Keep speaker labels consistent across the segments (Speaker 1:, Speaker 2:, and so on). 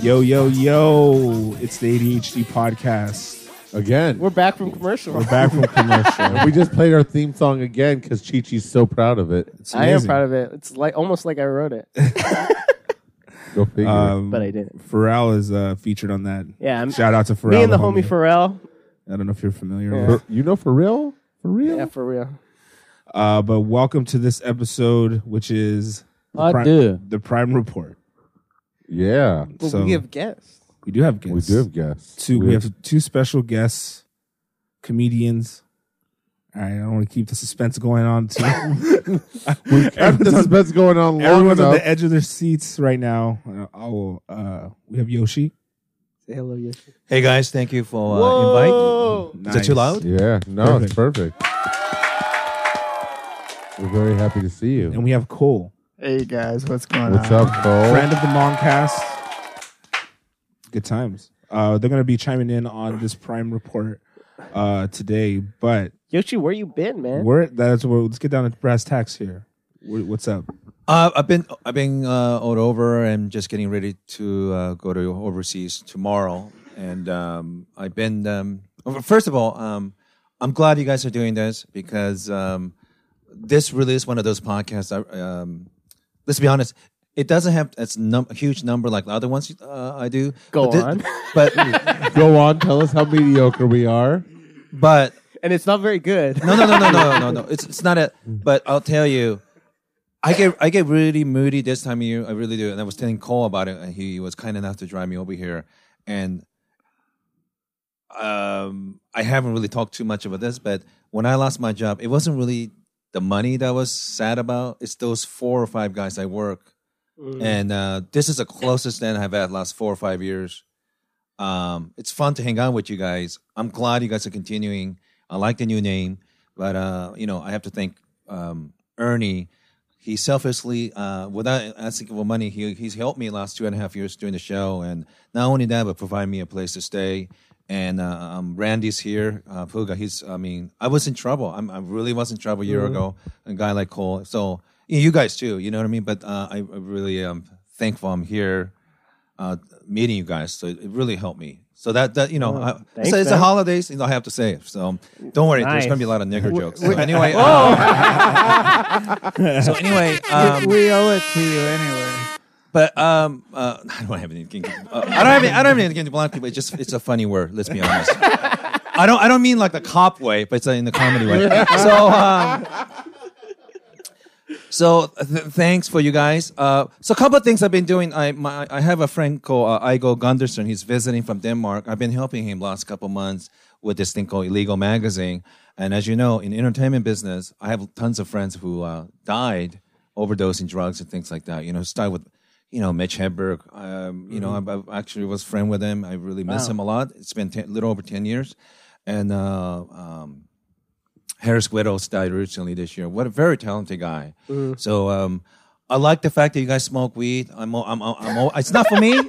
Speaker 1: Yo, yo, yo. It's the ADHD podcast.
Speaker 2: Again,
Speaker 3: We're back from commercial.
Speaker 1: We're back from commercial.
Speaker 2: we just played our theme song again because Chi Chi's so proud of it.
Speaker 1: It's
Speaker 3: I am
Speaker 1: amazing.
Speaker 3: proud of it. It's like almost like I wrote it,
Speaker 2: Go figure.
Speaker 1: Um,
Speaker 3: but I didn't.
Speaker 1: Pharrell is uh, featured on that.
Speaker 3: Yeah, I'm,
Speaker 1: Shout out to Pharrell.
Speaker 3: me and the homie Pharrell.
Speaker 1: I don't know if you're familiar
Speaker 3: Yeah.
Speaker 1: with
Speaker 2: For- you know, for real, for real.
Speaker 3: Yeah, for real.
Speaker 1: Uh, but welcome to this episode, which is the,
Speaker 4: I do.
Speaker 1: the Prime Report.
Speaker 2: Yeah,
Speaker 3: But
Speaker 1: so
Speaker 3: we have guests.
Speaker 1: we do have guests.
Speaker 2: we do have guests.
Speaker 1: Two, we have two special guests, comedians. All right, I don't want to keep the suspense going on. Too.
Speaker 2: We kept the
Speaker 1: Everyone's-
Speaker 2: suspense going on long
Speaker 1: Everyone's on
Speaker 2: enough.
Speaker 1: the edge of their seats right now. Uh, I will. Uh, we have Yoshi.
Speaker 3: Say hello, Oh! Yoshi.
Speaker 5: Hey guys, thank you for uh,
Speaker 3: Whoa!
Speaker 5: invite. Is it too loud?
Speaker 2: Yeah, no, it's perfect. We're very happy to see you.
Speaker 1: And we have Cole,
Speaker 6: Hey guys, what's
Speaker 3: uh,
Speaker 6: going
Speaker 2: What's
Speaker 6: on?
Speaker 2: up, Cole?
Speaker 1: friend of the Moncast. Good times. Uh, they're going to be chiming in on this Prime report uh, today, but
Speaker 3: Yoshi, where you been, man?
Speaker 1: We're that's where let's get down to brass tacks here. Wh- What's up?
Speaker 5: Uh, I've been I've been uh, all over and just getting ready to uh, go to overseas tomorrow. And um, I've been um, first of all, um, I'm glad you guys are doing this because um, this really is one of those podcasts. I, um, let's be honest, it doesn't have as num- a huge number like the other ones uh, I do.
Speaker 3: Go
Speaker 5: but thi-
Speaker 3: on.
Speaker 5: but
Speaker 2: Go on, tell us how mediocre we are.
Speaker 5: but
Speaker 3: And it's not very good.
Speaker 5: No, no, no, no, no, no, no. It's it's not it. But I'll tell you, I get I get really moody this time of year. I really do. And I was telling Cole about it, and he was kind enough to drive me over here. And um, I haven't really talked too much about this, but when I lost my job, it wasn't really the money that I was sad about. It's those four or five guys I work, and uh, this is the closest that I've had last four or five years. Um, it's fun to hang out with you guys. I'm glad you guys are continuing. I like the new name, but uh, you know, I have to thank um, Ernie. He selflessly, uh, without asking for money, he he's helped me last two and a half years doing the show, and not only that, but provide me a place to stay. And uh, um, Randy's here, uh, Puga. He's, I mean, I was in trouble. I'm, I really was in trouble a year
Speaker 3: Mm-hmm.
Speaker 5: ago. A guy like Cole, so yeah, you guys too. You know what I mean? But uh, I, I really am thankful I'm here uh, meeting you guys. So it really helped me. So that that you know, I,
Speaker 3: thanks,
Speaker 5: so it's the
Speaker 3: man.
Speaker 5: holidays. You know, I have to say. So don't worry,
Speaker 3: Nice.
Speaker 5: there's gonna be a lot of nigger jokes. So anyway, uh, so anyway, um,
Speaker 6: we owe it to you anyway.
Speaker 5: but um, uh, I don't have anything. Uh, I don't have. Any, I don't have anything against black people. It's just it's a funny word. Let's be honest. I don't. I don't mean like the cop way, but it's in the comedy way. So. Um, so th- thanks for you guys. Uh, so a couple of things I've been doing. I my, I have a friend called uh, Igo Gunderson. He's visiting from Denmark. I've been helping him last couple months with this thing called Illegal Magazine. And as you know, in entertainment business, I have tons of friends who uh, died overdosing drugs and things like that. You know, start with you know Mitch Hedberg. Um, You know, I, I actually was friend with him. I really miss him a lot. It's been a little over ten years, and. Uh, um, Harris Whittles died recently this year. What a very talented guy. So um, I like the fact that you guys smoke weed. I'm all, I'm, all, I'm all, it's not for me,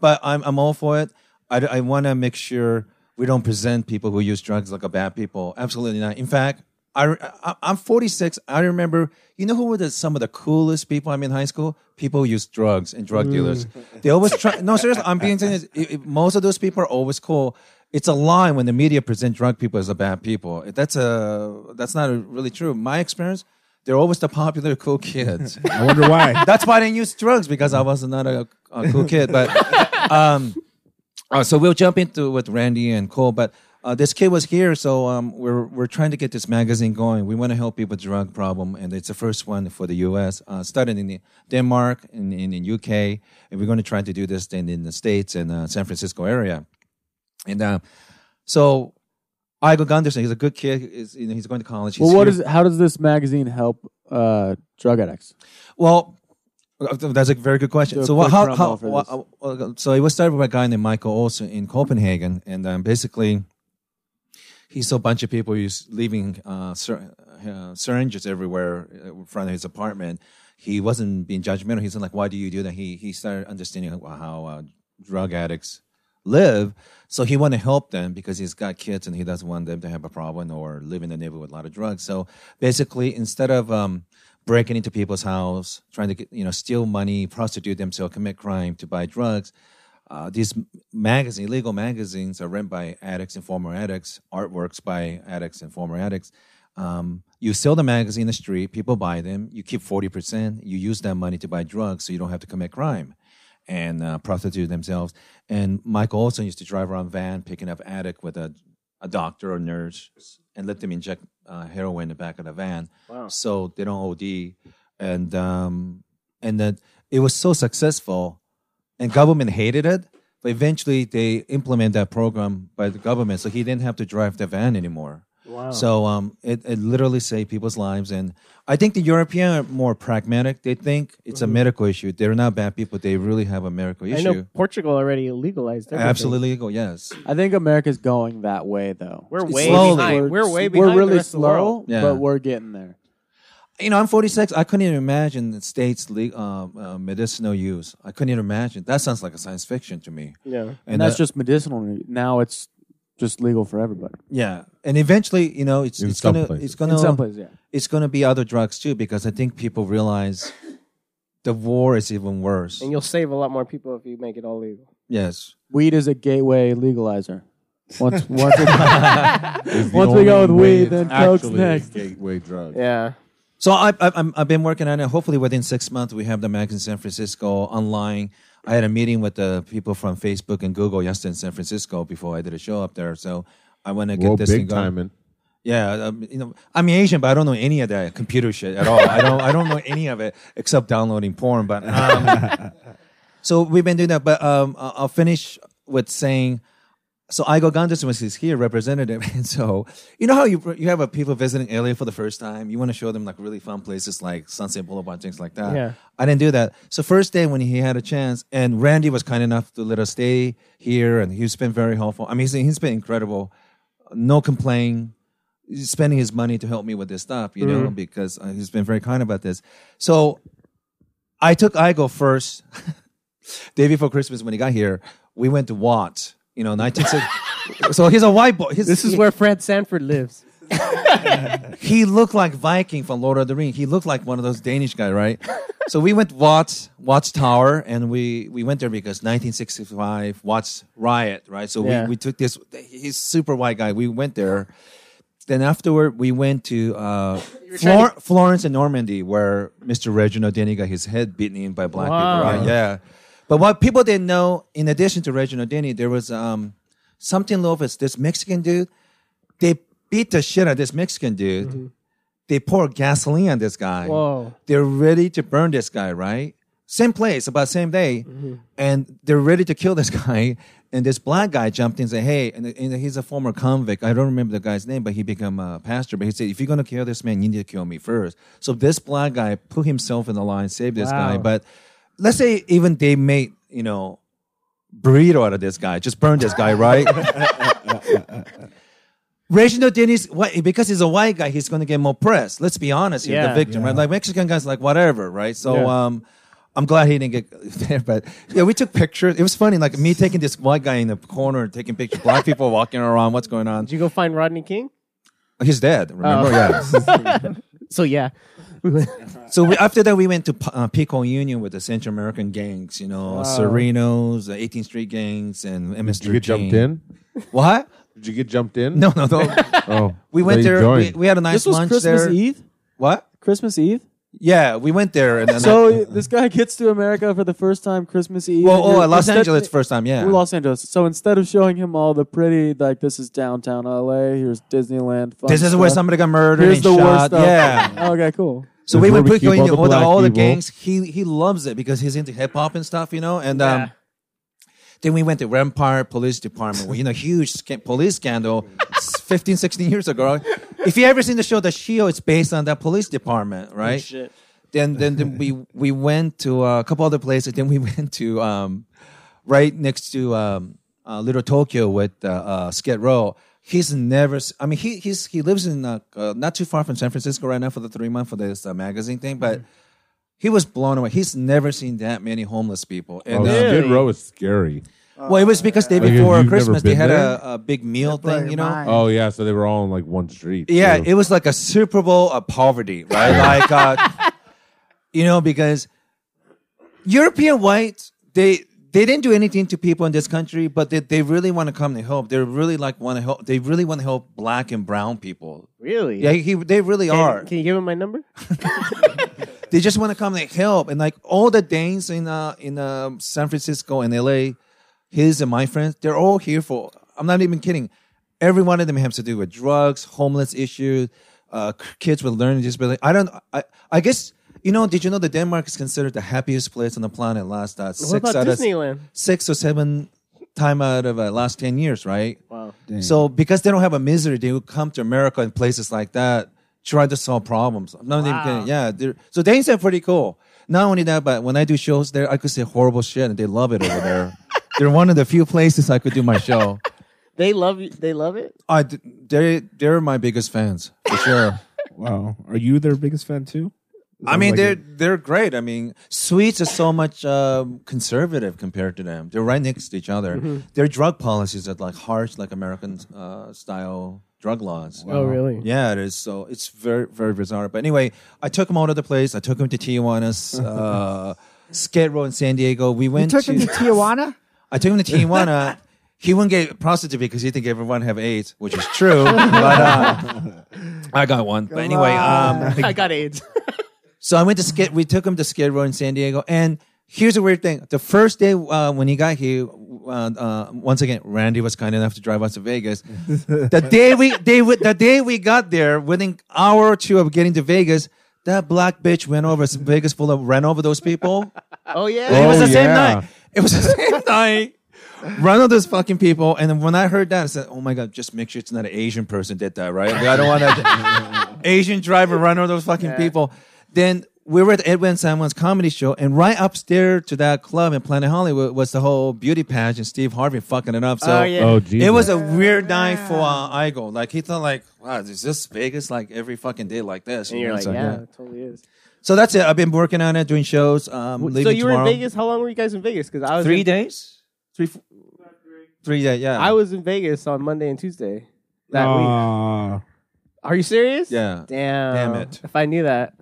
Speaker 5: but I'm I'm all for it. I, I want to make sure we don't present people who use drugs like a bad people. Absolutely not. In fact, I, I I'm 46. I remember you know who were the, some of the coolest people I'm in high school. People who use drugs and drug dealers. They always try. No, seriously, I'm being serious. It- it- most of those people are always cool it's a lie when the media present drug people as a bad people. That's a that's not really true. My experience, they're always the popular cool kids.
Speaker 1: I wonder why.
Speaker 5: that's why I didn't use drugs because I was not a, a cool kid. But um, uh, so we'll jump into with Randy and Cole. But uh, this kid was here, so um, we're we're trying to get this magazine going. We want to help people with drug problem, and it's the first one for the U.S. Uh, started in Denmark and in, in U.K. and we're going to try to do this in, in the states and uh, San Francisco area. And uh, so Igor Gunderson, he's a good kid. He's, you know, he's going to college. He's
Speaker 4: Well, what
Speaker 5: here.
Speaker 4: is? How does this magazine help uh, drug addicts?
Speaker 5: Well, uh, that's a very good question.
Speaker 4: Do a
Speaker 5: So, what,
Speaker 4: quick
Speaker 5: how,
Speaker 4: promo
Speaker 5: how,
Speaker 4: for
Speaker 5: wha-
Speaker 4: this.
Speaker 5: uh, so it was started by a guy named Michael Olsen in Copenhagen, and um, basically, he saw a bunch of people who's leaving uh, syr- uh, syringes everywhere uh, in front of his apartment. He wasn't being judgmental. He's like, "Why do you do that?" He he started understanding how, how uh, drug addicts live. So he want to help them because he's got kids and he doesn't want them to have a problem or live in a neighborhood with a lot of drugs. So basically, instead of um, breaking into people's house, trying to get you know steal money, prostitute themselves, commit crime to buy drugs, uh, these m- magazine, illegal magazines, are rent by addicts and former addicts, artworks by addicts and former addicts. Um, you sell the magazine in the street, people buy them, you keep 40%, you use that money to buy drugs so you don't have to commit crime and uh, prostitute themselves. And Michael Olson used to drive around van picking up addict with a, a doctor or nurse and let them inject uh, heroin in the back of the van so they don't OD. And, um, and that it was so successful and government hated it. But eventually, they implemented that program by the government, so he didn't have to drive the van anymore. Wow. So um, it, it literally saved people's lives, and I think the European are more pragmatic. They think it's a medical issue. They're not bad people. They really have a medical
Speaker 3: Mm-hmm. I know
Speaker 5: issue.
Speaker 3: Portugal already legalized everything.
Speaker 5: Absolutely legal. Yes.
Speaker 4: I think America's going that way though.
Speaker 3: We're
Speaker 4: It's
Speaker 3: way
Speaker 5: slowly.
Speaker 3: behind. We're way behind
Speaker 4: We're really
Speaker 3: the rest
Speaker 4: slow,
Speaker 3: of the world.
Speaker 5: Yeah.
Speaker 4: but we're getting there.
Speaker 5: You know, I'm 46. I couldn't even imagine the states le- um, uh, medicinal use. I couldn't even imagine. That sounds like a science fiction to me. uh,
Speaker 3: Yeah.
Speaker 4: And, that's just medicinal. Now it's just legal for everybody.
Speaker 5: yeah. And eventually, you know, it's
Speaker 2: In
Speaker 5: it's
Speaker 2: some
Speaker 5: gonna
Speaker 2: places.
Speaker 5: it's gonna
Speaker 4: In some places, yeah.
Speaker 5: it's going to be other drugs too because I think people realize the war is even worse.
Speaker 3: And you'll save a lot more people if you make it all legal.
Speaker 5: Yes.
Speaker 4: Weed is a gateway legalizer. Once once it,
Speaker 2: It's the
Speaker 4: Once we go
Speaker 2: only
Speaker 4: with
Speaker 2: way
Speaker 4: weed,
Speaker 2: it's
Speaker 4: then coke's
Speaker 2: actually a
Speaker 4: next.
Speaker 2: Gateway drug.
Speaker 3: Yeah.
Speaker 5: So I, I, I'm, I've been working on it. Hopefully, within six months, we have the mag in San Francisco online. I had a meeting with the people from Facebook and Google yesterday in San Francisco before I did a show up there. So I want to get
Speaker 2: Well,
Speaker 5: this thing
Speaker 2: big
Speaker 5: going.
Speaker 2: time. And
Speaker 5: Yeah, um, you know, I'm Asian, but I don't know any of that computer shit at all. I don't, I don't know any of it except downloading porn. But um, so we've been doing that. But um, I- I'll finish with saying, so Igo Gunderson was his here representative, and so you know how you you have a people visiting LA for the first time, you want to show them like really fun places like Sunset Boulevard, things like that.
Speaker 3: Yeah.
Speaker 5: I didn't do that. So first day when he had a chance, and Randy was kind enough to let us stay here, and he's been very helpful. I mean, he's, he's been incredible. No complaint spending his money to help me with this stuff, you
Speaker 3: Mm-hmm.
Speaker 5: know, because uh, he's been very kind about this. So I took Igo first, day before Christmas when he got here. We went to Watt, you know, 1960. so he's a white boy. He's,
Speaker 3: This is where Fred Sanford lives.
Speaker 5: he looked like Viking from Lord of the Ring. He looked like one of those Danish guys, right? so we went Watts Watts Tower, and we we went there because 1965 Watts riot, right? So
Speaker 3: Yeah.
Speaker 5: we, we took this. He's super white guy. We went there. Then afterward, we went to uh, Flor- Florence and Normandy, where Mr. Reginald Denny got his head beaten in by black
Speaker 3: Wow.
Speaker 5: people, right? Yeah. But what people didn't know, in addition to Reginald Denny, there was um, something Lopez, this Mexican dude they beat the shit out of this Mexican dude. They pour gasoline on this guy.
Speaker 3: Whoa.
Speaker 5: They're ready to burn this guy, right? Same place, about same day. And they're ready to kill this guy. And this black guy jumped in and said, Hey, and, and he's a former convict. I don't remember the guy's name, but he became a pastor. But he said, If you're going to kill this man, you need to kill me first. So this black guy put himself in the line, saved this guy. But let's say even they made, you know, burrito out of this guy, just burn this guy, right? Reginald Dennis, why- because he's a white guy, he's going to get more press. Let's be honest here, the
Speaker 3: Yeah.
Speaker 5: victim, right? Like Mexican guys, like whatever, right? So, um, I'm glad he didn't get there, but yeah, we took pictures. It was funny, like me taking this white guy in the corner, taking pictures, black people walking around, what's going on?
Speaker 3: Did you go find Rodney King?
Speaker 5: He's dead, remember?
Speaker 3: Oh.
Speaker 5: Yeah.
Speaker 3: So yeah.
Speaker 5: So we, after that, we went to P- uh, Pico Union with the Central American gangs, you know, Serenos, the 18th Street gangs, and MS13.
Speaker 2: Did you get jumped in?
Speaker 5: What?
Speaker 2: Did you get jumped in?
Speaker 5: No, no, no.
Speaker 2: Oh,
Speaker 5: We went
Speaker 2: they
Speaker 5: there. We,
Speaker 2: joined.
Speaker 5: we had a nice
Speaker 4: this was
Speaker 5: lunch
Speaker 4: Christmas
Speaker 5: there.
Speaker 4: Eve.
Speaker 5: What?
Speaker 4: Christmas Eve.
Speaker 5: Yeah, we went there, and then
Speaker 4: So this guy gets to America for the first time Christmas Eve.
Speaker 5: well, oh,
Speaker 4: And
Speaker 5: at Los
Speaker 4: instead-
Speaker 5: Angeles first time, yeah.
Speaker 4: We're Los Angeles. So instead of showing him all the pretty, like this is downtown LA, here's Disneyland. Fun
Speaker 5: this is where
Speaker 4: stuff.
Speaker 5: somebody got murdered and
Speaker 4: Here's the worst.
Speaker 5: shot.
Speaker 4: Stuff.
Speaker 5: Yeah.
Speaker 4: okay, cool.
Speaker 5: So
Speaker 2: That's
Speaker 5: we
Speaker 2: where
Speaker 5: would
Speaker 2: we
Speaker 5: put
Speaker 2: keep
Speaker 5: going
Speaker 2: all
Speaker 5: to all the,
Speaker 2: the black
Speaker 5: all the
Speaker 2: people.
Speaker 5: gangs. He he loves it because he's into hip hop and stuff, you know. And um,
Speaker 3: Yeah.
Speaker 5: then we went to Rampart Police Department, where, you know, huge sca- police scandal, s- 15, 16 years ago. If you ever seen the show The Shield, it's based on that police department, right? Then then, then we we went to uh, a couple other places. Then we went to um, right next to um, uh, Little Tokyo with uh, uh, Skid Row. He's never. s- I mean, he he's he lives in uh, uh, not too far from San Francisco right now for the three month for this uh, magazine thing, but. He was blown away. He's never seen that many homeless people.
Speaker 2: Oh,
Speaker 5: And, uh,
Speaker 2: Skid Row is scary.
Speaker 5: well, it was because day
Speaker 2: Like,
Speaker 5: before
Speaker 2: you've never
Speaker 5: Christmas they
Speaker 2: been
Speaker 5: had
Speaker 2: there?
Speaker 5: a, a big meal thing, you know.
Speaker 2: Oh yeah, so they were all on like one street.
Speaker 5: Yeah,
Speaker 2: too.
Speaker 5: it was like a Super Bowl of poverty, right? like, uh, you know, because European whites, they they didn't do anything to people in this country, but they, they really want to come to help. They really like want to help. They really want to help black and brown people.
Speaker 3: Really?
Speaker 5: Yeah, he, they really
Speaker 3: Can,
Speaker 5: are.
Speaker 3: can you give him my number?
Speaker 5: they just want to come and help. And like all the Danes in uh, in uh, San Francisco and LA, his and my friends, they're all here for. I'm not even kidding. Every one of them has to do with drugs, homeless issues, uh, k- kids with learning disability. I don't. I I guess you know. Did you know that Denmark is considered the happiest place on the planet? Last uh,
Speaker 3: What
Speaker 5: six
Speaker 3: about
Speaker 5: out of
Speaker 3: Disneyland?
Speaker 5: six or seven time out of uh, last 10 years, right?
Speaker 3: Wow.
Speaker 5: So because they don't have a misery, they would come to America and places like that, try to solve problems. I'm not even
Speaker 3: Wow.
Speaker 5: kidding. Yeah. they're- So Danes are pretty cool. Not only that, but when I do shows there, I could say horrible shit and they love it over there. They're one of the few places I could do my show.
Speaker 3: They love you. They love it.
Speaker 5: I, d- they, they're my biggest fans, for sure.
Speaker 1: Wow. Are you their biggest fan too?
Speaker 5: I mean,
Speaker 1: Sounds like
Speaker 5: they're
Speaker 1: it.
Speaker 5: they're great. I mean, Swedes are so much um, conservative compared to them. They're right next to each other. Their drug policies are like harsh, like American uh, style drug laws.
Speaker 3: Oh, really?
Speaker 5: Yeah, it is. So it's very very bizarre. But anyway, I took him all over the place. I took him to Tijuana, uh, Skid Row in San Diego. We
Speaker 6: You
Speaker 5: went
Speaker 6: took him to Tijuana?
Speaker 5: I took him to Tijuana. he wouldn't get prostitute because he think everyone have AIDS, which is true. but uh, I got one. but anyway, um,
Speaker 3: I got AIDS.
Speaker 5: so I went to Skid. We took him to Skid Row in San Diego. And here's a weird thing: the first day uh, when he got here, uh, uh, once again, Randy was kind enough to drive us to Vegas. the day we they would- the day we got there, within an hour or two of getting to Vegas, that black bitch went over Vegas full of ran over those people.
Speaker 3: oh yeah.
Speaker 5: It was
Speaker 2: Oh,
Speaker 5: the same
Speaker 2: yeah.
Speaker 5: night. It was the same night. Run all those fucking people. And then when I heard that, I said, oh my God, just make sure it's not an Asian person did that, right? I don't want an Asian driver run all those fucking people. Then we were at Edwin Sanwan's comedy show, and right upstairs to that club in Planet Hollywood was the whole beauty pageant, Steve Harvey fucking it up. So
Speaker 3: Oh, yeah.
Speaker 2: Oh, Jesus.
Speaker 5: it was a weird night for uh, Igo. Like he thought, like, wow, is this Vegas like every fucking day like this?
Speaker 3: And
Speaker 5: you
Speaker 3: you're
Speaker 5: know?
Speaker 3: like,
Speaker 5: so,
Speaker 3: yeah, it totally is.
Speaker 5: So that's it. I've been working on it, doing shows. Um,
Speaker 3: so
Speaker 5: leaving
Speaker 3: you were in
Speaker 5: tomorrow
Speaker 3: Vegas. How long were you guys in Vegas? Because I was
Speaker 5: three
Speaker 3: in,
Speaker 5: days, three, f- three days. Yeah,
Speaker 3: I was in Vegas on Monday and Tuesday that week.
Speaker 1: Ah,
Speaker 3: Are you serious?
Speaker 5: Uh, Yeah.
Speaker 3: Damn.
Speaker 5: Damn it.
Speaker 3: If I knew that,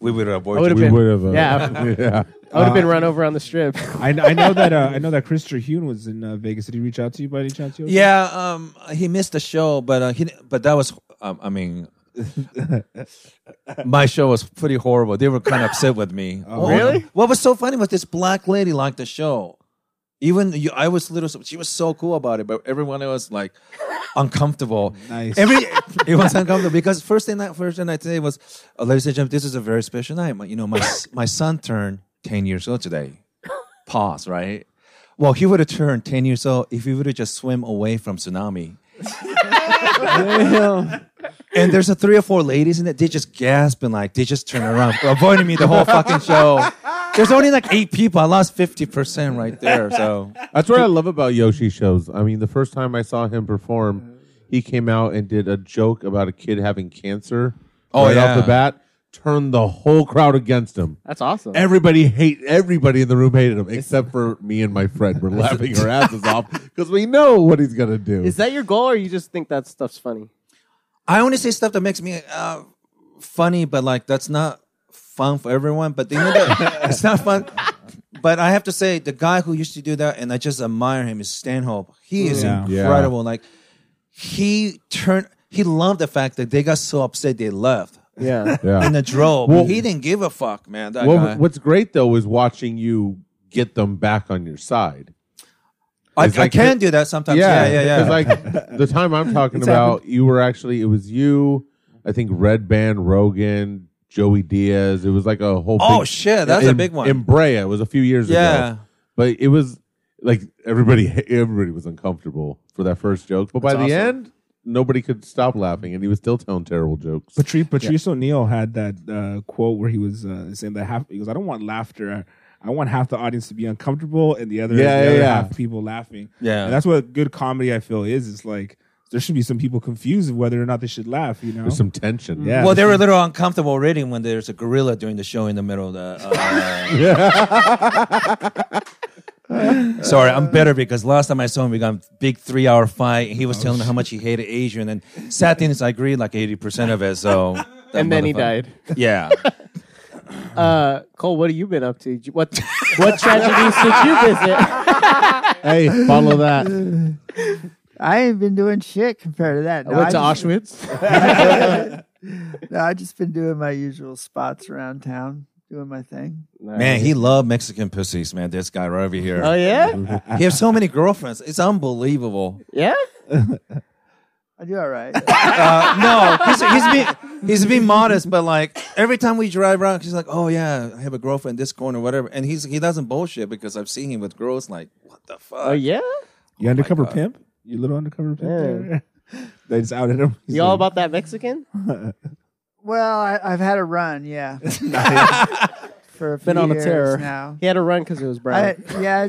Speaker 5: We would have
Speaker 3: I would
Speaker 5: avoided.
Speaker 3: have
Speaker 2: we
Speaker 3: been.
Speaker 2: would have. Uh,
Speaker 3: Yeah.
Speaker 2: yeah.
Speaker 3: I would have been run over on the strip.
Speaker 1: I, I know that. Uh, I know that Chris Terhune was in uh, Vegas. Did he reach out to you by any chance? Yoshi?
Speaker 5: Yeah, um, he missed the show, but uh, he, but that was, um, I mean, my show was pretty horrible. They were kind of upset with me. What-
Speaker 3: Really?
Speaker 5: What was so funny was this black lady liked the show. Even you, I was little. She was so cool about it, but everyone else like uncomfortable.
Speaker 1: Nice.
Speaker 5: Every it was uncomfortable because first thing that first thing I today was, oh, ladies and gentlemen, this is a very special night. My, you know, my s- my son turned ten years old today. Pause. Right. Well, he would have turned ten years old if he would have just swim away from tsunami.
Speaker 4: Damn.
Speaker 5: And there's a three or four ladies in it. They just gasp and like they just turn around, avoiding me the whole fucking show. There's only like eight people. I lost fifty percent right there. So
Speaker 2: That's what I love about Yoshi shows. I mean, the first time I saw him perform, he came out and did a joke about a kid having cancer.
Speaker 5: Oh,
Speaker 2: right
Speaker 5: yeah.
Speaker 2: off the bat, turned the whole crowd against him.
Speaker 3: That's awesome.
Speaker 2: Everybody hate everybody in the room hated him except for me and my friend. We're laughing our asses off because we know what he's gonna do.
Speaker 3: is that your goal, or you just think that stuff's funny?
Speaker 5: I only say stuff that makes me uh, funny, but like that's not fun for everyone. But you know that it's not fun. But I have to say, the guy who used to do that, and I just admire him, is Stanhope. He is
Speaker 1: Yeah.
Speaker 2: Yeah.
Speaker 5: incredible. Like he turned, he loved the fact that they got so upset they left
Speaker 3: Yeah.
Speaker 2: yeah.
Speaker 5: in the drove.
Speaker 2: Well-
Speaker 5: he didn't give a fuck, man. That
Speaker 2: Well,
Speaker 5: guy.
Speaker 2: what's great though is watching you get them back on your side.
Speaker 5: I,
Speaker 2: It's
Speaker 5: I
Speaker 2: like-
Speaker 5: can do that sometimes. Yeah, yeah, yeah.
Speaker 2: Because like the time I'm talking about, you were actually it was you, I think Red Band, Rogan, Joey Diaz. It was like a whole.
Speaker 5: oh
Speaker 2: big,
Speaker 5: shit, that's a
Speaker 2: in-
Speaker 5: big one.
Speaker 2: In Brea, it was a few years
Speaker 5: Yeah.
Speaker 2: ago. But it was like everybody, everybody was uncomfortable for that first joke. But by
Speaker 5: That's
Speaker 2: the
Speaker 5: awesome.
Speaker 2: end, nobody could stop laughing, and he was still telling terrible jokes.
Speaker 1: Patrice, Patrice O'Neill had that uh, quote where he was uh, saying that half. He goes, "I don't want laughter. I want half the audience to be uncomfortable, and the other,
Speaker 2: Yeah,
Speaker 1: the
Speaker 2: yeah,
Speaker 1: other
Speaker 2: yeah.
Speaker 1: half people laughing."
Speaker 5: Yeah.
Speaker 1: and that's what good comedy I feel is. It's like there should be some people confused of whether or not they should laugh. You know,
Speaker 2: There's some tension.
Speaker 1: yeah.
Speaker 5: well, they were a little uncomfortable already when there's a gorilla doing the show in the middle of the. Uh, Sorry, I'm better because last time I saw him, we got a big three hour fight. And he
Speaker 3: Oh,
Speaker 5: was telling me how much he hated Asian. And sad thing is, I agreed like 80% of it. So. that
Speaker 3: and then he
Speaker 5: motherfucker-
Speaker 3: died.
Speaker 5: Yeah.
Speaker 3: uh, Cole, what have you been up to? What what tragedies did you visit?
Speaker 2: hey, follow that.
Speaker 6: I ain't been doing shit compared to that. No,
Speaker 3: I Oh, went to
Speaker 6: just-
Speaker 3: Auschwitz.
Speaker 6: No, I just been doing my usual spots around town, doing my thing.
Speaker 5: Man, he loved Mexican pussies, man. This guy right over here.
Speaker 3: Oh yeah,
Speaker 5: He has so many girlfriends. It's unbelievable.
Speaker 3: yeah.
Speaker 6: I do all right.
Speaker 5: Uh, no, he's, he's being he's being modest, but like every time we drive around, he's like, "Oh yeah, I have a girlfriend this corner, whatever," and he's he doesn't bullshit because I've seen him with girls. Like, what the fuck?
Speaker 3: Oh yeah.
Speaker 1: You undercover
Speaker 5: God.
Speaker 1: pimp? You little undercover pimp?
Speaker 3: Yeah.
Speaker 1: there? They just outed him. He's
Speaker 3: You all
Speaker 1: like,
Speaker 3: about that Mexican?
Speaker 6: well, I, I've had a run, yeah, for a few
Speaker 4: Been on a
Speaker 6: years
Speaker 4: tear.
Speaker 6: now.
Speaker 3: He had a run because it was
Speaker 6: I,
Speaker 3: brown.
Speaker 6: yeah,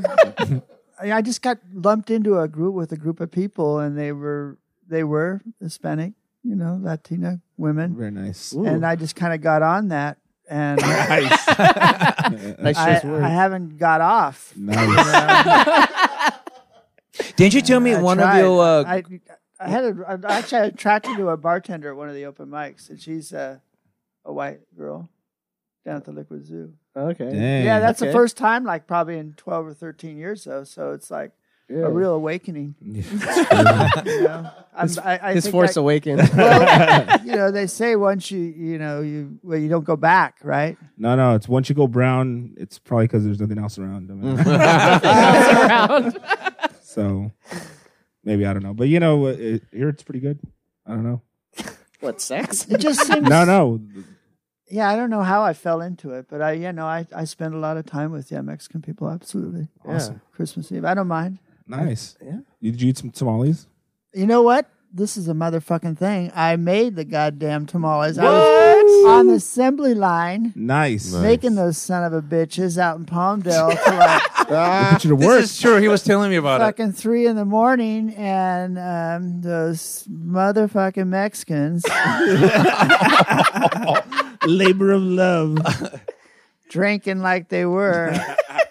Speaker 6: I, I just got lumped into a group with a group of people, and they were they were Hispanic, you know, Latina women,
Speaker 1: very nice.
Speaker 6: and I just kind of got on that, and I,
Speaker 3: nice
Speaker 6: I
Speaker 3: choice word.
Speaker 6: haven't got off.
Speaker 1: Nice.
Speaker 5: Didn't you tell me
Speaker 6: I
Speaker 5: one
Speaker 6: tried.
Speaker 5: of your? Uh,
Speaker 6: I, I had a I actually I attracted to a bartender at one of the open mics, and she's a, a white girl down at the Liquid Zoo.
Speaker 3: okay.
Speaker 1: Dang.
Speaker 6: yeah, that's the
Speaker 3: okay.
Speaker 6: first time, like probably in twelve or thirteen years, though. So it's like a real awakening. You know? I'm, I, I
Speaker 3: His
Speaker 6: think
Speaker 3: force
Speaker 6: I-
Speaker 3: awakened.
Speaker 6: well, you know, they say once you you know you well you don't go back, right?
Speaker 1: No, no. It's once you go brown, it's probably because there's nothing else around. so maybe I don't know, but you know, uh, it, here it's pretty good. I don't know.
Speaker 3: what sex?
Speaker 6: It just seems
Speaker 1: No, no.
Speaker 6: Yeah, I don't know how I fell into it, but I you know I I spend a lot of time with yeah Mexican people, absolutely.
Speaker 1: Awesome.
Speaker 6: Christmas Eve, I don't mind.
Speaker 1: Nice.
Speaker 3: Yeah.
Speaker 1: Did you eat some tamales?
Speaker 6: You know what? This is a motherfucking thing. I made the goddamn tamales. I was on the assembly line
Speaker 1: Nice.
Speaker 6: making those son of a bitches out in Palmdale till like
Speaker 1: They put you to work.
Speaker 5: This is true. He was telling me about it.
Speaker 6: fucking three in the morning, and um, those motherfucking Mexicans
Speaker 1: labor of love.
Speaker 6: drinking like they were.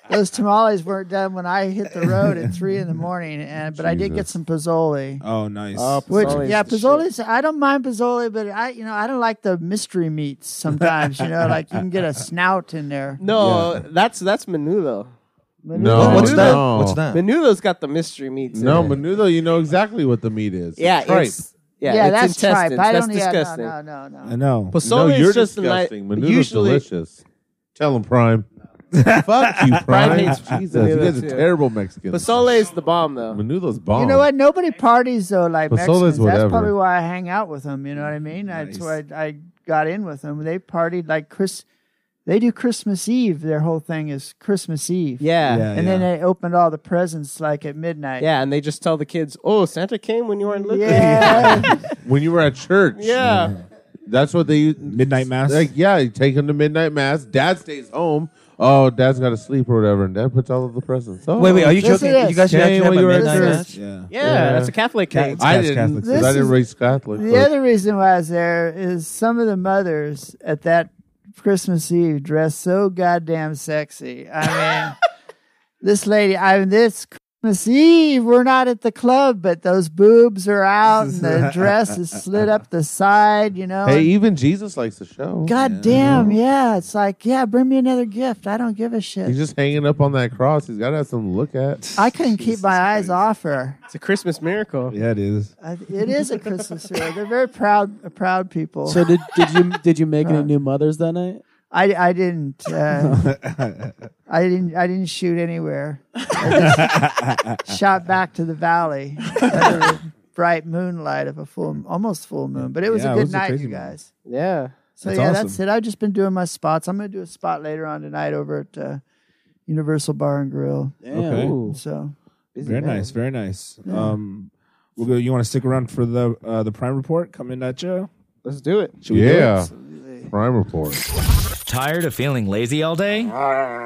Speaker 6: Those tamales weren't done when I hit the road at three in the morning, and but I did get
Speaker 2: Jesus.
Speaker 6: some pozole.
Speaker 1: Oh, nice.
Speaker 3: Ah,
Speaker 6: Which
Speaker 3: Pozzole's
Speaker 6: yeah,
Speaker 3: the
Speaker 6: pozzole's. I don't mind pozzole, but I you know I don't like the mystery meats sometimes. you know, like you can get a snout in there.
Speaker 3: No, that's that's Menudo.
Speaker 2: No,
Speaker 5: What's that?
Speaker 2: Oh, no.
Speaker 5: What's that?
Speaker 3: Menudo's got the mystery meats. in
Speaker 2: No,
Speaker 3: it.
Speaker 2: Menudo, you know exactly what the meat is.
Speaker 3: yeah,
Speaker 2: It's tripe.
Speaker 3: it's yeah,
Speaker 6: yeah,
Speaker 3: it's
Speaker 6: that's tripe.
Speaker 3: intestines.
Speaker 6: I
Speaker 3: that's
Speaker 6: don't. Yeah,
Speaker 3: disgusting.
Speaker 6: no, no, no,
Speaker 1: I
Speaker 6: no.
Speaker 1: know.
Speaker 2: no,
Speaker 3: Pozole
Speaker 2: you're
Speaker 3: is just
Speaker 2: disgusting.
Speaker 3: A, ni-
Speaker 2: Menudo's
Speaker 3: usually,
Speaker 2: delicious. Tell him, Prime. Fuck you, Prime.
Speaker 3: Prime hates cheese in
Speaker 2: you
Speaker 3: there,
Speaker 2: guys are
Speaker 3: too.
Speaker 2: terrible Mexicans.
Speaker 3: Pozole is the bomb though.
Speaker 2: Menudo's bomb.
Speaker 6: You know what? Nobody parties though like
Speaker 2: Pozzole's
Speaker 6: Mexicans.
Speaker 2: Oh. whatever.
Speaker 6: That's probably why I hang out with them. You know what I mean? That's
Speaker 1: Nice.
Speaker 6: why I, I got in with them. They partied like Chris. They do Christmas Eve. Their whole thing is Christmas Eve.
Speaker 3: Yeah.
Speaker 1: Yeah.
Speaker 3: yeah.
Speaker 6: And then they opened all the presents like at midnight.
Speaker 3: and they just tell the kids, "Oh, Santa came when you weren't looking."
Speaker 6: Yeah.
Speaker 2: When you were at church,
Speaker 3: Yeah.
Speaker 2: that's what they use.
Speaker 1: Midnight mass.
Speaker 2: Like, yeah, you take him to midnight mass. Dad stays home. Oh, dad's got to sleep or whatever, and dad puts all of the presents. Oh,
Speaker 5: Wait, wait. Are you
Speaker 6: Yes,
Speaker 5: joking?
Speaker 6: it is.
Speaker 5: You guys should actually
Speaker 2: Hey,
Speaker 5: have
Speaker 2: when
Speaker 5: a
Speaker 2: you were at
Speaker 5: midnight match?
Speaker 2: church.
Speaker 1: yeah.
Speaker 3: Yeah, that's a Catholic thing.
Speaker 2: I
Speaker 1: That's
Speaker 2: didn't.
Speaker 1: Catholic.
Speaker 2: 'cause I
Speaker 6: This
Speaker 2: didn't
Speaker 6: is-
Speaker 2: raise Catholic.
Speaker 6: The
Speaker 2: but-
Speaker 6: other reason why I was there is some of the mothers at that Christmas Eve dressed so goddamn sexy. I mean, this lady, I mean, this Christmas Eve, we're not at the club, but those boobs are out and the dress is slid up the side, you know.
Speaker 2: hey, Mm-hmm. even Jesus likes the show.
Speaker 6: God damn, yeah. It's like, yeah, bring me another gift. I don't give a
Speaker 2: He's
Speaker 6: shit.
Speaker 2: just hanging up on that cross. He's got to have something to look at.
Speaker 6: I couldn't keep my eyes
Speaker 1: Christ.
Speaker 6: off her.
Speaker 3: It's a Christmas miracle.
Speaker 1: Yeah, it is.
Speaker 6: I, it is a Christmas Eve. They're very proud, proud people.
Speaker 4: So did did you did you
Speaker 6: Uh.
Speaker 4: make any new mothers that night?
Speaker 6: I, I didn't. Uh, I didn't. I didn't shoot anywhere. I just shot back to the valley, under the bright moonlight of a full, almost full moon. But it was
Speaker 1: Yeah, it
Speaker 6: a good
Speaker 1: was a
Speaker 6: night,
Speaker 1: crazy
Speaker 6: you
Speaker 1: moon.
Speaker 6: guys.
Speaker 3: Yeah.
Speaker 6: So
Speaker 1: That's
Speaker 6: yeah, that's
Speaker 1: awesome.
Speaker 6: it. I've just been doing my spots. I'm going to do a spot later on tonight over at uh, Universal Bar and Grill.
Speaker 4: Damn.
Speaker 1: Okay.
Speaker 4: ooh.
Speaker 6: So
Speaker 1: Very nice. Very nice. Um, we'll go, you want to stick around for the uh, the prime report coming at you?
Speaker 3: Let's do it.
Speaker 1: Should we do it?
Speaker 2: Yeah. Prime report.
Speaker 7: Tired of feeling lazy all day?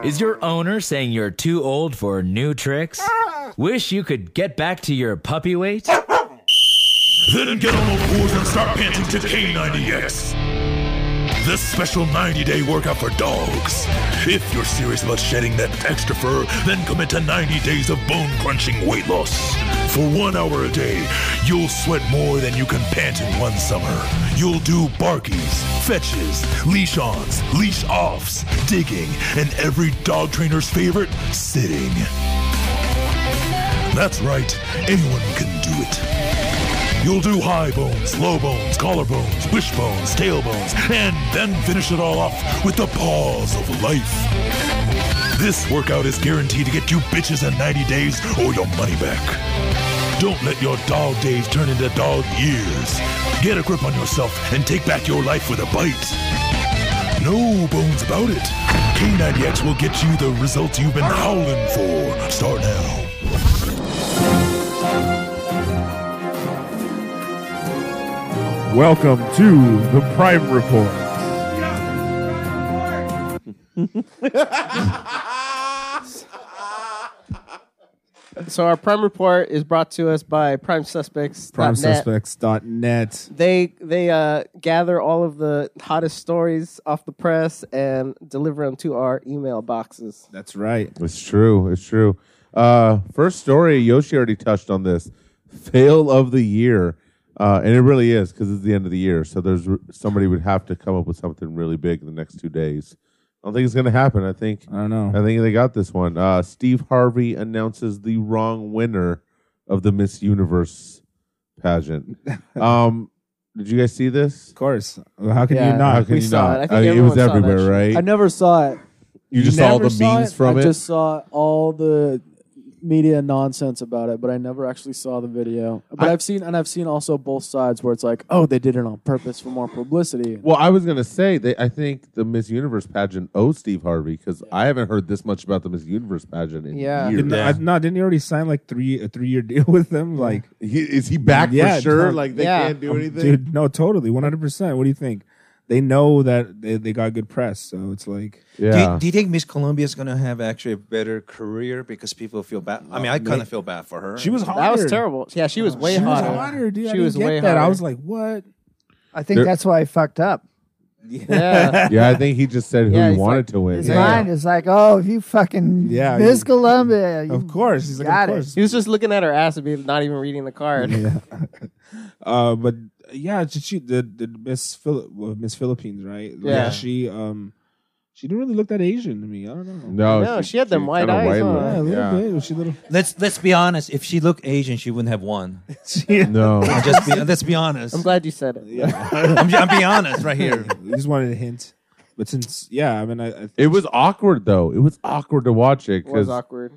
Speaker 7: Is your owner saying you're too old for new tricks? Wish you could get back to your puppy weight?
Speaker 8: Then get on all fours and start panting to K90X. This special 90 day workout for dogs. If you're serious about shedding that extra fur, then commit to 90 days of bone crunching weight loss. For one hour a day, you'll sweat more than you can pant in one summer. You'll do barkies, fetches, leash ons, leash offs, digging, and every dog trainer's favorite, sitting. That's right, anyone can do it. You'll do high bones, low bones, collarbones, wishbones, tailbones, and then finish it all off with the paws of life. This workout is guaranteed to get you bitches in 90 days or your money back. Don't let your dog days turn into dog years. Get a grip on yourself and take back your life with a bite. No bones about it. K90X will get you the results you've been howling for. Start now.
Speaker 1: Welcome to the Prime Report.
Speaker 3: So our prime report is brought to us by PrimeSuspects.net.
Speaker 1: PrimeSuspects.net.
Speaker 3: They they uh, gather all of the hottest stories off the press and deliver them to our email boxes.
Speaker 1: That's right.
Speaker 2: It's true. It's true. Uh, first story, Yoshi already touched on this. Fail of the year. Uh, and it really is because it's the end of the year. So there's somebody would have to come up with something really big in the next two days. I don't think it's going to happen. I think
Speaker 1: I don't know.
Speaker 2: I think they got this one. Uh, Steve Harvey announces the wrong winner of the Miss Universe pageant. um, did you guys see this?
Speaker 1: Of course. How can
Speaker 3: Yeah.
Speaker 1: you not?
Speaker 2: How can
Speaker 3: we
Speaker 2: you
Speaker 3: saw
Speaker 2: not?
Speaker 3: it. I think
Speaker 2: I mean, it
Speaker 3: everyone
Speaker 2: was
Speaker 3: saw that
Speaker 2: everywhere,
Speaker 3: shit.
Speaker 2: right?
Speaker 4: I never saw it.
Speaker 2: you just saw all
Speaker 4: Never
Speaker 2: the
Speaker 4: saw
Speaker 2: memes
Speaker 4: it.
Speaker 2: from
Speaker 4: I
Speaker 2: it.
Speaker 4: just saw all the media nonsense about it, but I never actually saw the video. But I, have seen and I've seen also both sides where it's like, oh, they did it on purpose for more publicity.
Speaker 2: Well, I was gonna say they. I think the Miss Universe pageant owes Steve Harvey because I haven't heard this much about the Miss Universe pageant in
Speaker 3: Yeah.
Speaker 2: years.
Speaker 1: Didn't, I, no, didn't you already sign like three a three year deal with them? Like,
Speaker 2: He- is he back
Speaker 1: Yeah,
Speaker 2: for sure?
Speaker 1: no,
Speaker 2: like they
Speaker 3: yeah.
Speaker 2: can't do anything.
Speaker 1: dude, no, totally, one hundred percent. What do you think? They know that they, they got good press, so it's like
Speaker 5: Do
Speaker 2: yeah.
Speaker 5: you, do you think Miss Columbia is going to have actually a better career because people feel bad? I mean, I kind of feel bad for her.
Speaker 1: she was hotter.
Speaker 3: That was terrible. Yeah, she was way
Speaker 1: She was
Speaker 3: hotter.
Speaker 1: hotter, dude. I
Speaker 3: She
Speaker 1: didn't
Speaker 3: was
Speaker 1: get
Speaker 3: way
Speaker 1: that. I
Speaker 3: hotter.
Speaker 1: was like, what?
Speaker 6: I think
Speaker 2: There-
Speaker 6: that's why he fucked up.
Speaker 3: Yeah.
Speaker 2: yeah, I think he just said who
Speaker 3: Yeah,
Speaker 2: he
Speaker 3: he's
Speaker 2: wanted
Speaker 3: like-
Speaker 2: to win.
Speaker 6: His
Speaker 2: Yeah.
Speaker 6: mind is like, oh, if you fucking
Speaker 1: Yeah,
Speaker 6: Miss
Speaker 1: you-
Speaker 6: Columbia, you
Speaker 1: Of course, he's like,
Speaker 6: got
Speaker 1: of
Speaker 6: it.
Speaker 1: course.
Speaker 3: He was just looking at her ass and being- not even reading the card.
Speaker 1: Uh, but yeah, she, she the the Miss Phil, well, Miss Philippines, right? Like,
Speaker 3: Yeah.
Speaker 1: she um, she didn't really look that Asian to me. I don't know.
Speaker 2: No,
Speaker 3: No, she had them
Speaker 2: she's
Speaker 3: white
Speaker 2: kinda
Speaker 3: eyes on.
Speaker 2: looking.
Speaker 1: Yeah, a little
Speaker 2: Yeah.
Speaker 1: bit. Was she a little?
Speaker 5: let's let's be honest. If she looked Asian, she wouldn't have won.
Speaker 2: No,
Speaker 5: Just be, let's be honest.
Speaker 3: I'm
Speaker 5: I'm,
Speaker 3: glad you said it.
Speaker 5: I'm being honest right here.
Speaker 1: We just wanted a hint. But since yeah, I mean, I, I
Speaker 2: it was awkward though. It was awkward to watch it
Speaker 3: It was
Speaker 2: because
Speaker 3: awkward.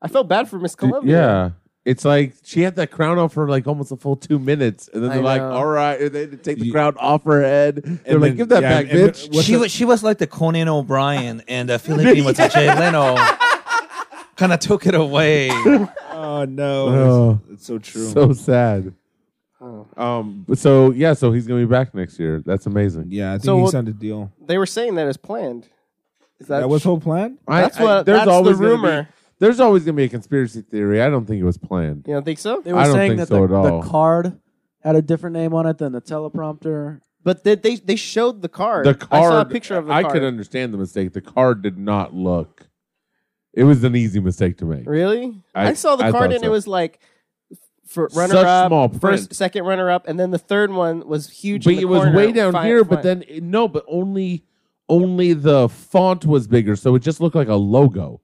Speaker 3: I felt bad for Miss Columbia.
Speaker 2: yeah. It's like she had that crown off for like almost a full two minutes, and then
Speaker 3: I
Speaker 2: they're like,
Speaker 3: know.
Speaker 2: "All right," and they had to take the
Speaker 1: You-
Speaker 2: crown off her head. They're like,
Speaker 1: then-
Speaker 2: "Give that
Speaker 1: yeah,
Speaker 2: back,
Speaker 1: and-
Speaker 2: bitch!"
Speaker 1: and what's
Speaker 5: she
Speaker 1: the-
Speaker 5: was she was like the Conan O'Brien and the Philippine was a Jay Leno. Kind of took it away.
Speaker 1: Oh no,
Speaker 2: Oh.
Speaker 1: That's- that's so true.
Speaker 2: So sad. Um. but So yeah. So he's gonna be back next year. That's amazing.
Speaker 1: yeah, I think
Speaker 3: So
Speaker 1: he
Speaker 3: what-
Speaker 1: signed a deal.
Speaker 3: They were saying that as planned. Is that,
Speaker 1: That was whole plan.
Speaker 2: I-
Speaker 3: That's
Speaker 2: I-
Speaker 3: what- that's the
Speaker 2: gonna
Speaker 3: rumor.
Speaker 2: Be, there's always gonna be a conspiracy theory. I don't think it was planned.
Speaker 3: You don't think so?
Speaker 4: They were
Speaker 2: I don't
Speaker 4: saying
Speaker 2: think
Speaker 4: that
Speaker 2: so at
Speaker 4: the,
Speaker 2: all.
Speaker 4: the card had a different name on it than the teleprompter.
Speaker 3: But they, they they showed the card.
Speaker 2: The card.
Speaker 3: I saw a picture of the
Speaker 2: I
Speaker 3: card.
Speaker 2: could understand the mistake. The card did not look. It was an easy mistake to make.
Speaker 3: Really?
Speaker 2: I-
Speaker 3: I, saw the
Speaker 2: I
Speaker 3: card
Speaker 2: thought
Speaker 3: and
Speaker 2: so.
Speaker 3: it was like for
Speaker 2: Such
Speaker 3: runner up,
Speaker 2: small print.
Speaker 3: first, second runner up, and then the third one was huge.
Speaker 2: But
Speaker 3: in the
Speaker 2: it was
Speaker 3: corner,
Speaker 2: way down
Speaker 3: fine-
Speaker 2: here.
Speaker 3: fine.
Speaker 2: But then it- no. But only, only the font was bigger, so it just looked like a logo.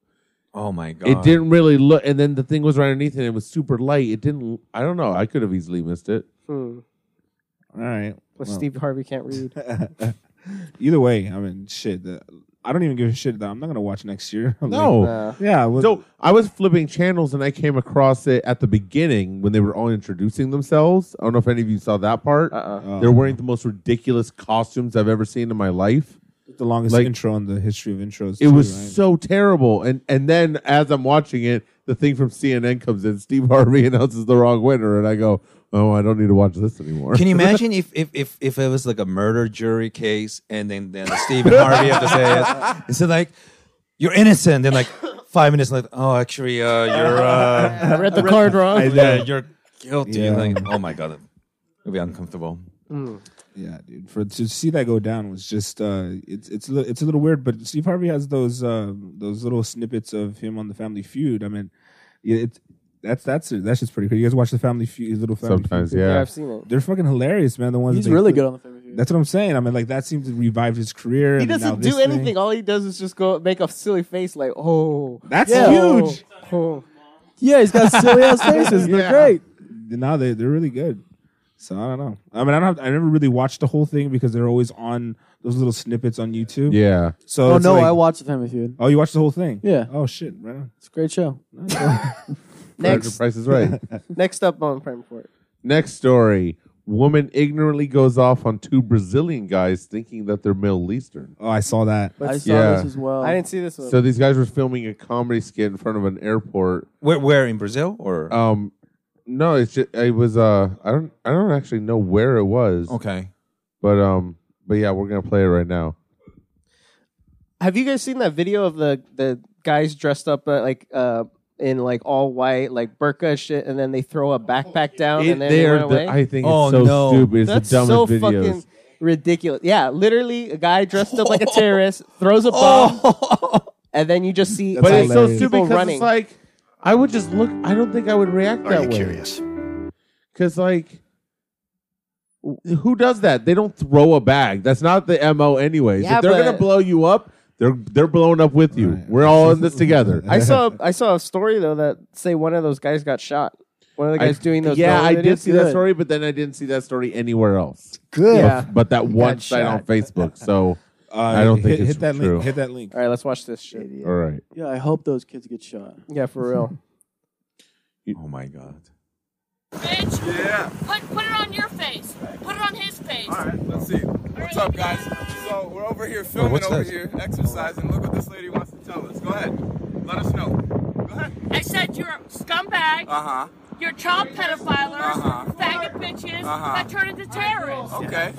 Speaker 5: Oh my god!
Speaker 2: It didn't really look. And then the thing was right underneath it. It was super light. It didn't. I don't know. I could have easily missed it.
Speaker 3: Hmm.
Speaker 1: All right.
Speaker 3: Well, Steve Harvey can't read.
Speaker 1: Either way, I mean, shit. The, I don't even give a shit that I'm not gonna watch next year. I'm
Speaker 2: No.
Speaker 1: like, yeah. Well,
Speaker 2: So I was flipping channels and I came across it at the beginning when they were all introducing themselves. I don't know if any of you saw that part.
Speaker 1: uh,
Speaker 2: They're wearing the most ridiculous costumes I've ever seen in my life.
Speaker 1: the longest
Speaker 2: like-
Speaker 1: intro in the history of intros.
Speaker 2: It
Speaker 1: too,
Speaker 2: was
Speaker 1: right?
Speaker 2: so terrible. And and then as I'm watching it, the thing from CNN comes in. Steve Harvey announces the wrong winner, and I go, "Oh, I don't need to watch this anymore."
Speaker 5: Can you imagine if, if if if it was like a murder jury case and then then Stephen Harvey have to say it? Is it like you're innocent? Then like five minutes later, oh, actually, uh, you're uh,
Speaker 3: I read the card wrong.
Speaker 5: yeah, you're guilty.
Speaker 1: Yeah.
Speaker 5: Like, oh my god, it'll be uncomfortable.
Speaker 1: Yeah, dude. For to see that go down was just uh, it's it's a li- it's a little weird. But Steve Harvey has those uh, those little snippets of him on the Family Feud. I mean, yeah, it that's that's that's just pretty cool. You guys watch the Family Feud, his little Family
Speaker 2: Sometimes,
Speaker 1: Feud?
Speaker 2: yeah.
Speaker 3: yeah, I've seen it.
Speaker 1: They're fucking hilarious, man. The ones
Speaker 4: He's
Speaker 1: they
Speaker 4: really
Speaker 1: clip.
Speaker 4: good on the family.
Speaker 1: That's what I'm saying. I mean, like that seems to revive his career.
Speaker 3: He
Speaker 1: and now
Speaker 3: doesn't
Speaker 1: this
Speaker 3: do anything.
Speaker 1: thing.
Speaker 3: All he does is just go make a silly face like, oh.
Speaker 1: That's
Speaker 3: oh,
Speaker 1: huge.
Speaker 3: oh.
Speaker 4: Yeah, he's got silly ass faces. They're great.
Speaker 1: Now they they're really good. So I don't know. I mean, I don't. Have, I never really watched the whole thing because they're always on those little snippets on YouTube.
Speaker 2: Yeah.
Speaker 1: So
Speaker 4: Oh
Speaker 1: it's
Speaker 4: no,
Speaker 1: like-
Speaker 4: I watched the Family Feud.
Speaker 1: Oh, you watched the whole thing?
Speaker 4: Yeah.
Speaker 1: Oh shit, right on.
Speaker 4: It's a great show.
Speaker 3: Next,
Speaker 2: Price is right.
Speaker 3: next up on Prime Report.
Speaker 2: Next story. Woman ignorantly goes off on two Brazilian guys thinking that they're Middle Eastern.
Speaker 1: Oh, I saw that.
Speaker 4: I saw
Speaker 2: Yeah.
Speaker 4: this as well.
Speaker 3: I didn't see this one.
Speaker 2: So these guys were filming a comedy skit in front of an airport.
Speaker 5: Where, where in Brazil
Speaker 1: Uh,
Speaker 5: or
Speaker 2: Um no, it's just, it was uh I don't I don't actually know where it was.
Speaker 5: okay?
Speaker 2: But um but yeah, we're going to play it right now.
Speaker 3: Have you guys seen that video of the the guys dressed up uh, like uh in like all white like burqa and shit, and then they throw a backpack down
Speaker 2: It-
Speaker 3: and then they
Speaker 2: they
Speaker 3: run
Speaker 2: are the-
Speaker 3: away?
Speaker 2: I think
Speaker 5: Oh,
Speaker 2: it's so
Speaker 5: no.
Speaker 2: stupid. It's
Speaker 3: That's
Speaker 2: the dumbest
Speaker 3: so
Speaker 2: videos.
Speaker 3: fucking ridiculous. Yeah, literally, a guy dressed up like a terrorist throws a
Speaker 2: Oh.
Speaker 3: bomb,
Speaker 5: Oh!
Speaker 3: and then you just see.
Speaker 1: That's
Speaker 2: but
Speaker 3: like,
Speaker 2: it's so
Speaker 1: hilarious.
Speaker 2: stupid
Speaker 3: people
Speaker 2: because
Speaker 3: running.
Speaker 2: it's like I would just look. I don't think I would react that way. Because like, w- who does that? They don't throw a bag. That's not the mo. Anyways,
Speaker 3: Yeah,
Speaker 2: if they're gonna
Speaker 3: but-
Speaker 2: blow you up, they're they're blown up with you.
Speaker 1: Right.
Speaker 2: We're all in this together.
Speaker 3: I saw I saw a story though that say one of those guys got shot. One of the guys doing those.
Speaker 2: yeah,
Speaker 3: drone
Speaker 2: I
Speaker 3: videos.
Speaker 2: did see that story, but then I didn't see that story anywhere else.
Speaker 6: Good.
Speaker 3: Yeah.
Speaker 2: But that one
Speaker 6: got
Speaker 2: site on
Speaker 6: shot.
Speaker 2: Facebook. So
Speaker 1: Uh,
Speaker 2: I don't think
Speaker 1: hit,
Speaker 2: it's
Speaker 1: hit that
Speaker 2: true.
Speaker 1: link. Hit that link.
Speaker 3: All right, let's watch this shit.
Speaker 2: all right,
Speaker 4: yeah, I hope those kids get shot.
Speaker 3: Yeah, for real.
Speaker 5: Oh my god!
Speaker 9: Bitch. Yeah. Put put it on your face. Put it on his face. All right.
Speaker 10: Let's see. What's up, guys? So we're over here
Speaker 2: Oh,
Speaker 10: filming
Speaker 5: what's
Speaker 10: over
Speaker 5: this?
Speaker 10: here, exercising. Look what this lady wants to tell us. Go ahead. Let us know. Go ahead.
Speaker 9: I said you're a scumbag.
Speaker 10: Uh huh.
Speaker 9: You're child pedophiles,
Speaker 10: Uh-huh.
Speaker 9: faggot bitches
Speaker 10: Uh-huh.
Speaker 9: that turn into terrorists.
Speaker 10: Okay.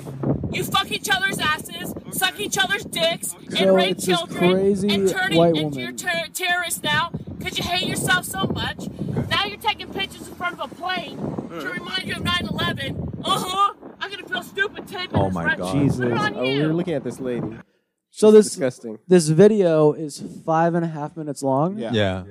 Speaker 9: You fuck each other's asses, suck each other's dicks,
Speaker 4: So
Speaker 9: and rape
Speaker 4: it's this
Speaker 9: children,
Speaker 4: crazy
Speaker 9: and turning
Speaker 4: white
Speaker 9: into your
Speaker 4: woman.
Speaker 9: ter- terrorists now because you hate yourself so much. Now you're taking pictures in front of a plane to
Speaker 10: Mm.
Speaker 9: remind you of 9 11. Uh huh. I'm going to feel stupid 10 minutes.
Speaker 5: Oh my
Speaker 9: right?
Speaker 5: God.
Speaker 3: Jesus,
Speaker 9: Put it on
Speaker 3: oh,
Speaker 9: you.
Speaker 3: we were looking at this lady.
Speaker 4: So this
Speaker 3: Disgusting.
Speaker 4: this video is five and a half minutes long.
Speaker 1: Yeah.
Speaker 5: Yeah,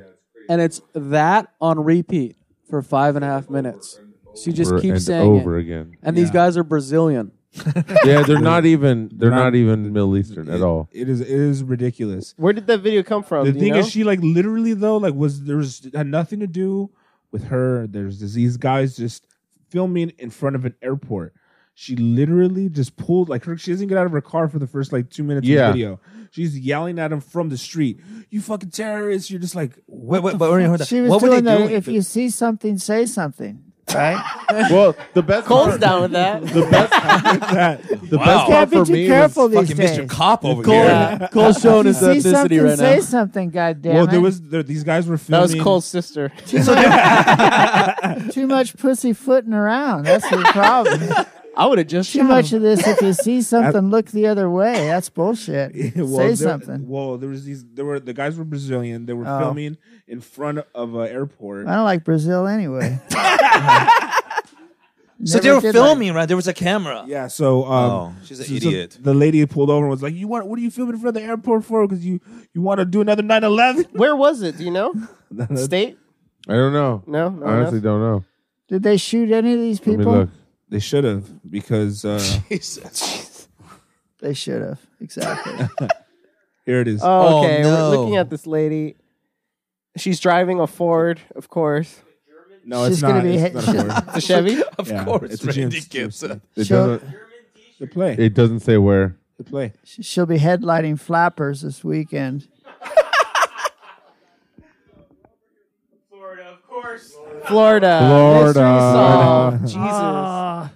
Speaker 4: and it's that on repeat for five and a half minutes. She just
Speaker 2: Over
Speaker 4: keeps
Speaker 2: and
Speaker 4: saying
Speaker 2: over
Speaker 4: it.
Speaker 2: again.
Speaker 4: And these
Speaker 1: Yeah.
Speaker 4: guys are Brazilian.
Speaker 2: yeah, they're not even. They're
Speaker 1: Not-
Speaker 2: not even Middle Eastern at
Speaker 1: It-
Speaker 2: all.
Speaker 1: It is. It is ridiculous.
Speaker 3: Where did that video come from?
Speaker 1: The
Speaker 3: Do you
Speaker 1: thing
Speaker 3: know?
Speaker 1: is, she like literally though like was there was had nothing to do with her. There's just these guys just filming in front of an airport. She literally just pulled like her. She doesn't get out of her car for the first like two minutes
Speaker 2: Yeah.
Speaker 1: of the video. She's yelling at him from the street. You fucking terrorists! You're just like
Speaker 5: wait, wait, but Ernie, hold on.
Speaker 6: She was
Speaker 5: what were they
Speaker 6: doing that.
Speaker 5: doing?
Speaker 6: If you see something, say something. Right?
Speaker 2: Well, the best
Speaker 3: Cole's
Speaker 2: part-
Speaker 3: down with that.
Speaker 2: The best, the best
Speaker 6: Can't
Speaker 2: part
Speaker 6: be
Speaker 2: for
Speaker 6: too
Speaker 2: me
Speaker 6: careful
Speaker 2: was,
Speaker 6: these
Speaker 5: fucking
Speaker 6: days.
Speaker 5: Mr. Cop over
Speaker 4: Cole,
Speaker 5: here.
Speaker 4: Cole's showing
Speaker 6: If
Speaker 4: his
Speaker 6: you see something,
Speaker 4: ethnicity right
Speaker 6: say
Speaker 4: now.
Speaker 6: something. Goddamn
Speaker 1: well, there was there, these guys were
Speaker 3: that
Speaker 1: filming.
Speaker 3: was Cole's sister.
Speaker 6: too much pussy footing around. That's the problem.
Speaker 3: I would have just
Speaker 6: too
Speaker 3: shot
Speaker 6: much
Speaker 3: him.
Speaker 6: of this. If you see something, look the other way. That's bullshit.
Speaker 1: well,
Speaker 6: say
Speaker 1: there-
Speaker 6: something.
Speaker 1: Well, there was these. There were the guys were Brazilian. They were
Speaker 6: Oh.
Speaker 1: filming in front of an airport.
Speaker 6: I don't like Brazil anyway.
Speaker 5: So they
Speaker 6: Never
Speaker 5: were
Speaker 6: did like-
Speaker 5: filming, right? There was a camera.
Speaker 1: Yeah, so um,
Speaker 5: Oh, she's an
Speaker 1: so- so
Speaker 5: idiot.
Speaker 1: the lady pulled over and was like, "You want? What are you filming in front of the airport for? Because you you want to do another 9-11?
Speaker 3: Where was it? Do you know? State?
Speaker 2: I don't know.
Speaker 3: No, no,
Speaker 2: I honestly
Speaker 3: no.
Speaker 2: don't know.
Speaker 6: Did they shoot any of these
Speaker 2: Let me
Speaker 6: people?
Speaker 2: look.
Speaker 1: They should have because uh,
Speaker 6: They should have. Exactly.
Speaker 1: here it is.
Speaker 3: Oh,
Speaker 5: Oh,
Speaker 3: okay.
Speaker 5: no.
Speaker 3: We're looking at this lady. She's driving a Ford, of course.
Speaker 1: no,
Speaker 6: she's
Speaker 1: it's
Speaker 6: gonna
Speaker 1: not.
Speaker 6: be
Speaker 1: It's
Speaker 6: hit-
Speaker 1: not a word.
Speaker 3: It's a Chevy.
Speaker 5: Of
Speaker 1: Yeah,
Speaker 5: course,
Speaker 1: it's a
Speaker 5: Randy
Speaker 1: James-
Speaker 5: Gibson.
Speaker 2: It
Speaker 6: she'll,
Speaker 2: doesn't.
Speaker 1: The play,
Speaker 2: It doesn't say where.
Speaker 1: the play.
Speaker 6: she'll be headlining flappers this weekend.
Speaker 3: Florida.
Speaker 2: Florida.
Speaker 3: Mystery solved. Jesus.
Speaker 6: Ah.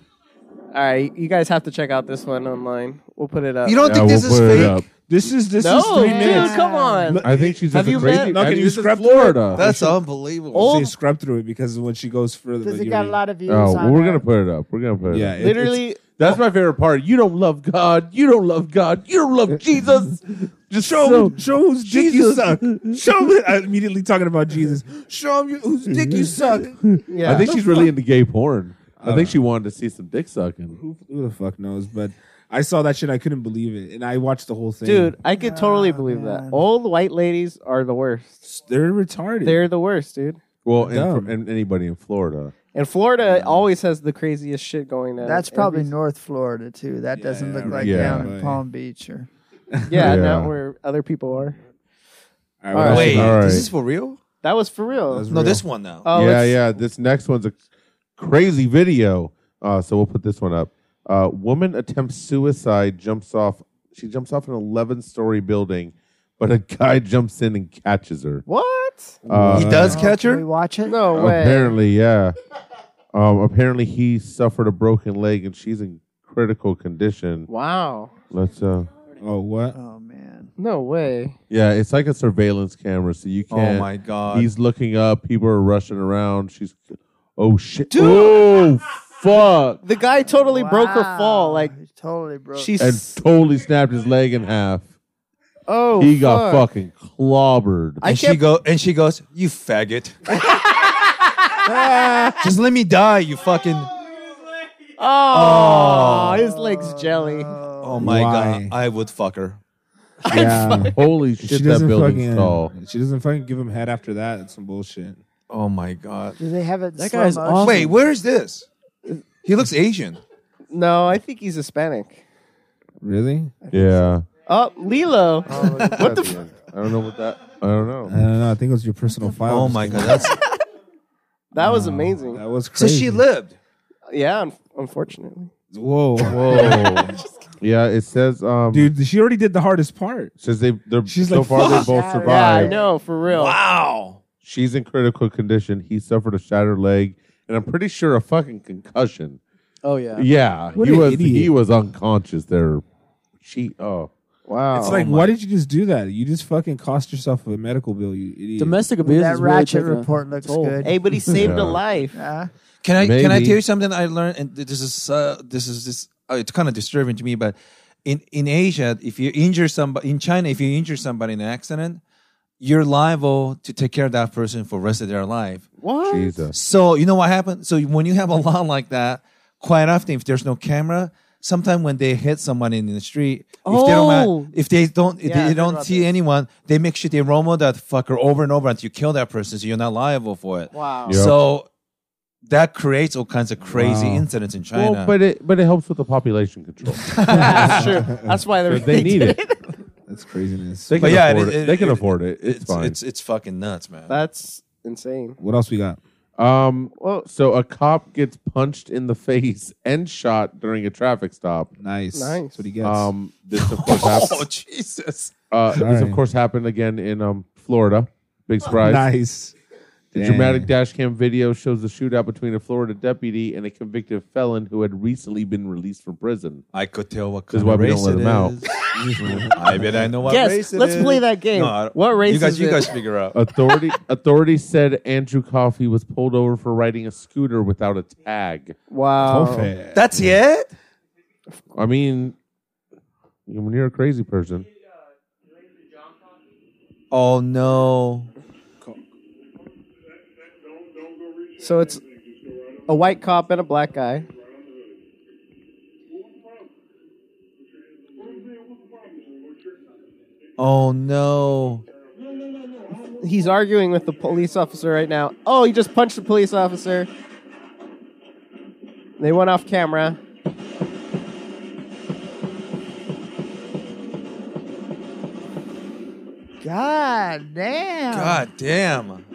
Speaker 3: All right, you guys have to check out this one online. We'll put it up.
Speaker 5: You don't think this is fake?
Speaker 1: This is this
Speaker 3: no,
Speaker 1: is three
Speaker 3: dude,
Speaker 1: minutes.
Speaker 3: come on.
Speaker 1: Look,
Speaker 2: I think she's
Speaker 3: Have
Speaker 2: just
Speaker 3: you
Speaker 2: a crazy.
Speaker 3: met-
Speaker 1: No,
Speaker 2: I
Speaker 1: can
Speaker 2: think
Speaker 1: you
Speaker 2: this is
Speaker 1: scrap-
Speaker 2: Florida.
Speaker 5: That's unbelievable.
Speaker 1: Say
Speaker 3: Old,
Speaker 1: scrub through it because when she goes further,
Speaker 6: Does
Speaker 1: like,
Speaker 6: it
Speaker 1: you
Speaker 6: got a
Speaker 1: read-
Speaker 6: lot of views?
Speaker 2: oh,
Speaker 6: on
Speaker 2: well, we're
Speaker 6: that?
Speaker 2: gonna put it up. We're gonna put it.
Speaker 1: Yeah,
Speaker 2: up.
Speaker 1: it-
Speaker 3: literally,
Speaker 2: That's my favorite part. You don't love God. You don't love God. You don't love Jesus.
Speaker 1: Just show
Speaker 2: So-
Speaker 1: show whose dick you suck. Show him. I'm immediately talking about Jesus. Show him whose dick you suck.
Speaker 3: yeah.
Speaker 2: I think she's really into gay porn. I think she wanted to see some dick sucking.
Speaker 1: who, who the fuck knows? But I saw that shit. I couldn't believe it, and I watched the whole thing.
Speaker 3: dude, I could totally believe
Speaker 6: man.
Speaker 3: that. Old white ladies are the worst.
Speaker 1: they're retarded.
Speaker 3: They're the worst, dude.
Speaker 2: Well, and,
Speaker 1: Dumb.
Speaker 2: from, and anybody in Florida.
Speaker 3: And Florida
Speaker 2: Mm.
Speaker 3: always has the craziest shit going on.
Speaker 6: That's probably
Speaker 3: Every-
Speaker 6: North Florida too. That
Speaker 1: Yeah,
Speaker 6: doesn't look
Speaker 1: yeah,
Speaker 6: like
Speaker 2: yeah.
Speaker 6: down in
Speaker 1: Right.
Speaker 6: Palm Beach or
Speaker 3: yeah,
Speaker 2: Yeah.
Speaker 3: not where other people are.
Speaker 1: All right,
Speaker 2: Wait,
Speaker 5: Wait,
Speaker 2: All right.
Speaker 5: this is for real?
Speaker 3: That was for real.
Speaker 1: that's
Speaker 5: No,
Speaker 1: real.
Speaker 5: this one now.
Speaker 3: oh,
Speaker 2: yeah,
Speaker 3: it's-
Speaker 2: yeah. This next one's a crazy video. Uh, so we'll put this one up. Uh, woman attempts suicide. Jumps off. She jumps off an 11 story building, but a guy jumps in and catches her.
Speaker 3: What?
Speaker 2: Uh,
Speaker 5: he does
Speaker 6: Oh,
Speaker 5: catch
Speaker 6: can we
Speaker 5: her.
Speaker 6: watch it?
Speaker 3: No way.
Speaker 2: Apparently, yeah. Um, apparently, he suffered a broken leg and she's in critical condition.
Speaker 3: Wow.
Speaker 2: Let's. Uh,
Speaker 1: Oh, what?
Speaker 6: Oh man.
Speaker 3: No way.
Speaker 2: yeah, it's like a surveillance camera, so you
Speaker 5: Oh
Speaker 2: can't.
Speaker 5: my god!
Speaker 2: He's looking up. People are rushing around. She's. Oh shit! Oh fuck!
Speaker 3: The guy totally broke her fall.
Speaker 6: Wow.
Speaker 3: Like
Speaker 6: He totally broke.
Speaker 3: she's.
Speaker 2: and totally snapped his leg in half.
Speaker 3: oh,
Speaker 2: he got
Speaker 3: fuck.
Speaker 2: fucking clobbered.
Speaker 5: and she go and she goes, "You faggot! Just let me die, you fucking."
Speaker 3: Oh, his leg's jelly.
Speaker 5: Oh my
Speaker 1: Why?
Speaker 5: god! I would fuck her.
Speaker 1: Yeah.
Speaker 2: Holy shit, that building's
Speaker 1: fucking,
Speaker 2: tall.
Speaker 1: She doesn't fucking give him head after that. It's some bullshit.
Speaker 5: Oh my god!
Speaker 6: Do they have it? in
Speaker 4: That
Speaker 6: slow
Speaker 4: guy's
Speaker 6: motion?
Speaker 4: awesome.
Speaker 5: Wait, where is this? He looks Asian.
Speaker 3: No, I think he's Hispanic.
Speaker 1: Really?
Speaker 2: Yeah.
Speaker 3: Oh, Lilo.
Speaker 2: what the? I don't know what that. I don't know.
Speaker 1: I don't know. I think it was your personal file.
Speaker 5: Oh my god! That's
Speaker 3: That was amazing.
Speaker 1: That was
Speaker 5: so
Speaker 1: crazy.
Speaker 5: she lived.
Speaker 3: Yeah, un- unfortunately.
Speaker 1: Whoa,
Speaker 2: Whoa. yeah, it says, um,
Speaker 1: dude! She already did the hardest part.
Speaker 2: Says they. They're
Speaker 1: She's
Speaker 2: so
Speaker 1: like,
Speaker 2: far
Speaker 1: "Fuck."
Speaker 2: they both
Speaker 6: Yeah,
Speaker 2: survived.
Speaker 3: Yeah, I know for real.
Speaker 5: Wow.
Speaker 2: She's in critical condition. He suffered a shattered leg, and I'm pretty sure a fucking concussion.
Speaker 4: Oh yeah.
Speaker 2: Yeah,
Speaker 1: What
Speaker 2: he
Speaker 1: an
Speaker 2: was.
Speaker 1: idiot.
Speaker 2: He was unconscious there. She. Oh. Wow.
Speaker 1: It's like, why did you just do that? You just fucking cost yourself a medical bill, you idiot.
Speaker 4: Domestic abuse.
Speaker 6: That
Speaker 4: is really
Speaker 6: ratchet
Speaker 4: taking a
Speaker 6: report looks
Speaker 4: toll.
Speaker 6: good.
Speaker 3: Hey, but he saved
Speaker 2: Yeah.
Speaker 3: a life.
Speaker 6: Huh?
Speaker 5: Can I can I
Speaker 2: Maybe.
Speaker 5: tell you something I learned? And this is uh, this is this. Uh, it's kind of disturbing to me, but in in Asia, if you injure somebody in China, if you injure somebody in an accident, you're liable to take care of that person for the rest of their life.
Speaker 3: What?
Speaker 2: Jesus.
Speaker 5: So you know what happened? So when you have a law like that, quite often if there's no camera, sometimes when they hit someone in the street, if they don't
Speaker 3: Oh.
Speaker 5: ma- if they don't if
Speaker 3: Yeah, I
Speaker 5: they
Speaker 3: heard
Speaker 5: don't
Speaker 3: about
Speaker 5: see
Speaker 3: this.
Speaker 5: anyone, they make sure they romo that fucker over and over until you kill that person, so you're not liable for it.
Speaker 3: Wow.
Speaker 2: Yeah.
Speaker 5: So that creates all kinds of crazy incidents in China.
Speaker 2: Well, but it but it helps with the population control.
Speaker 3: That's true. That's why they're,
Speaker 2: they need it.
Speaker 1: That's craziness.
Speaker 2: They can
Speaker 5: But yeah,
Speaker 2: afford it.
Speaker 5: it- it-
Speaker 2: They can
Speaker 5: it-
Speaker 2: afford it. It's,
Speaker 5: it's,
Speaker 2: fine.
Speaker 5: it's it's fucking nuts, man.
Speaker 3: That's insane.
Speaker 1: What else we got?
Speaker 2: um,
Speaker 3: Well,
Speaker 2: so a cop gets punched in the face and shot during a traffic stop.
Speaker 1: Nice.
Speaker 3: Nice.
Speaker 1: That's what he gets.
Speaker 2: Um, this of course
Speaker 5: oh
Speaker 2: happened.
Speaker 5: Jesus!
Speaker 2: Uh, this of
Speaker 1: right.
Speaker 2: course happened again in um Florida. Big surprise.
Speaker 1: nice.
Speaker 2: The dramatic dash cam video shows the shootout between a Florida deputy and a convicted felon who had recently been released from prison.
Speaker 5: I could tell what
Speaker 2: This
Speaker 5: kind
Speaker 2: is why
Speaker 5: of
Speaker 2: we don't
Speaker 5: race
Speaker 2: let
Speaker 5: it
Speaker 2: him out.
Speaker 5: is. I bet I know what
Speaker 3: yes,
Speaker 5: race it
Speaker 3: let's
Speaker 5: is.
Speaker 3: play that game.
Speaker 5: No, I don't-
Speaker 3: what race
Speaker 5: you guys,
Speaker 3: is
Speaker 5: you
Speaker 3: it?
Speaker 5: guys figure out.
Speaker 2: Authority authorities said Andrew Coffey was pulled over for riding a scooter without a tag.
Speaker 3: wow.
Speaker 1: Oh.
Speaker 5: That's it.
Speaker 2: I mean, when you're a crazy person,
Speaker 5: Oh no!
Speaker 3: So it's a white cop and a black guy.
Speaker 5: Oh no!
Speaker 3: He's arguing with the police officer right now. Oh, he just punched the police officer. They went off camera.
Speaker 6: God damn.
Speaker 5: God damn!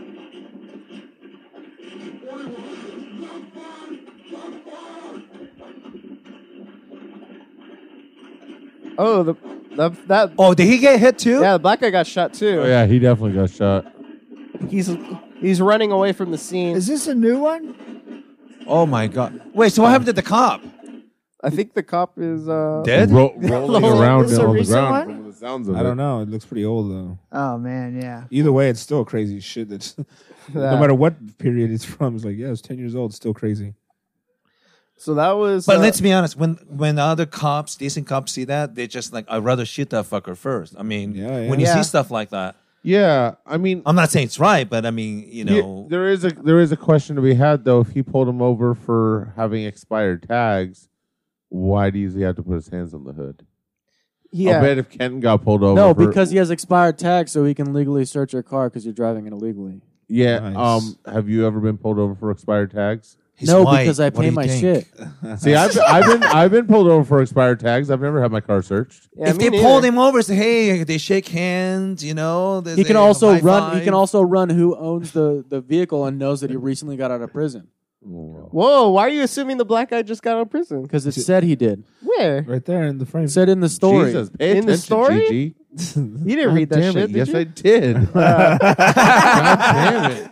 Speaker 3: Oh, the, the that
Speaker 5: Oh, did he get hit too?
Speaker 3: yeah, the black guy got shot too.
Speaker 2: oh yeah, he definitely got shot.
Speaker 3: He's he's running away from the scene.
Speaker 6: Is this a new one?
Speaker 5: Oh my god! Wait, so what happened to the cop?
Speaker 3: I think the cop is uh
Speaker 5: Dead?
Speaker 2: Ro- rolling
Speaker 6: Is
Speaker 2: around
Speaker 6: this a
Speaker 2: on the
Speaker 6: recent
Speaker 2: ground.
Speaker 6: one?
Speaker 2: From the sounds of
Speaker 1: I don't
Speaker 2: it.
Speaker 1: know. It looks pretty old though.
Speaker 6: Oh man, yeah.
Speaker 1: Either way, it's still crazy shit. That's no matter what period it's from. It's like yeah, it's ten years old. Still crazy.
Speaker 3: So that was
Speaker 5: But
Speaker 3: uh,
Speaker 5: let's be honest. When when other cops, decent cops, see that, they just like, I'd rather shoot that fucker first. I mean,
Speaker 1: Yeah, yeah.
Speaker 5: when you see
Speaker 3: Yeah.
Speaker 5: stuff like that,
Speaker 2: Yeah, I mean,
Speaker 5: I'm not saying it's right, but I mean, you
Speaker 2: yeah,
Speaker 5: know,
Speaker 2: there is a there is a question to be had though. If he pulled him over for having expired tags, why does he have to put his hands on the hood?
Speaker 3: yeah.
Speaker 2: I bet if Kenton got pulled
Speaker 5: Oh,
Speaker 2: over,
Speaker 4: No,
Speaker 2: for-
Speaker 4: because he has expired tags, so he can legally search your car because you're driving it illegally.
Speaker 2: yeah.
Speaker 1: Nice.
Speaker 2: Um, have you ever been pulled over for expired tags?
Speaker 5: He's
Speaker 4: no,
Speaker 5: white.
Speaker 4: because I
Speaker 5: What do
Speaker 4: pay
Speaker 5: you
Speaker 4: my
Speaker 5: think?
Speaker 4: shit.
Speaker 2: See, I've, I've been I've been pulled over for expired tags. I've never had my car searched.
Speaker 3: Yeah,
Speaker 5: if
Speaker 3: me
Speaker 5: they pulled
Speaker 3: neither.
Speaker 5: him over, say, "Hey, they shake hands," you know. there's
Speaker 4: He can
Speaker 5: a
Speaker 4: also
Speaker 5: high
Speaker 4: run. He
Speaker 5: five.
Speaker 4: can also run who owns the, the vehicle and knows that he recently got out of prison
Speaker 3: Whoa, why are you assuming the black guy just got out of prison?
Speaker 4: because it said he did.
Speaker 3: Where?
Speaker 1: right there in the frame.
Speaker 4: It said in the story.
Speaker 2: Jesus, pay
Speaker 3: In the
Speaker 2: attention,
Speaker 3: story?
Speaker 2: Gigi.
Speaker 3: You didn't read that
Speaker 2: Damn
Speaker 3: shit,
Speaker 2: it.
Speaker 3: did
Speaker 2: Yes,
Speaker 3: you?
Speaker 2: I did. God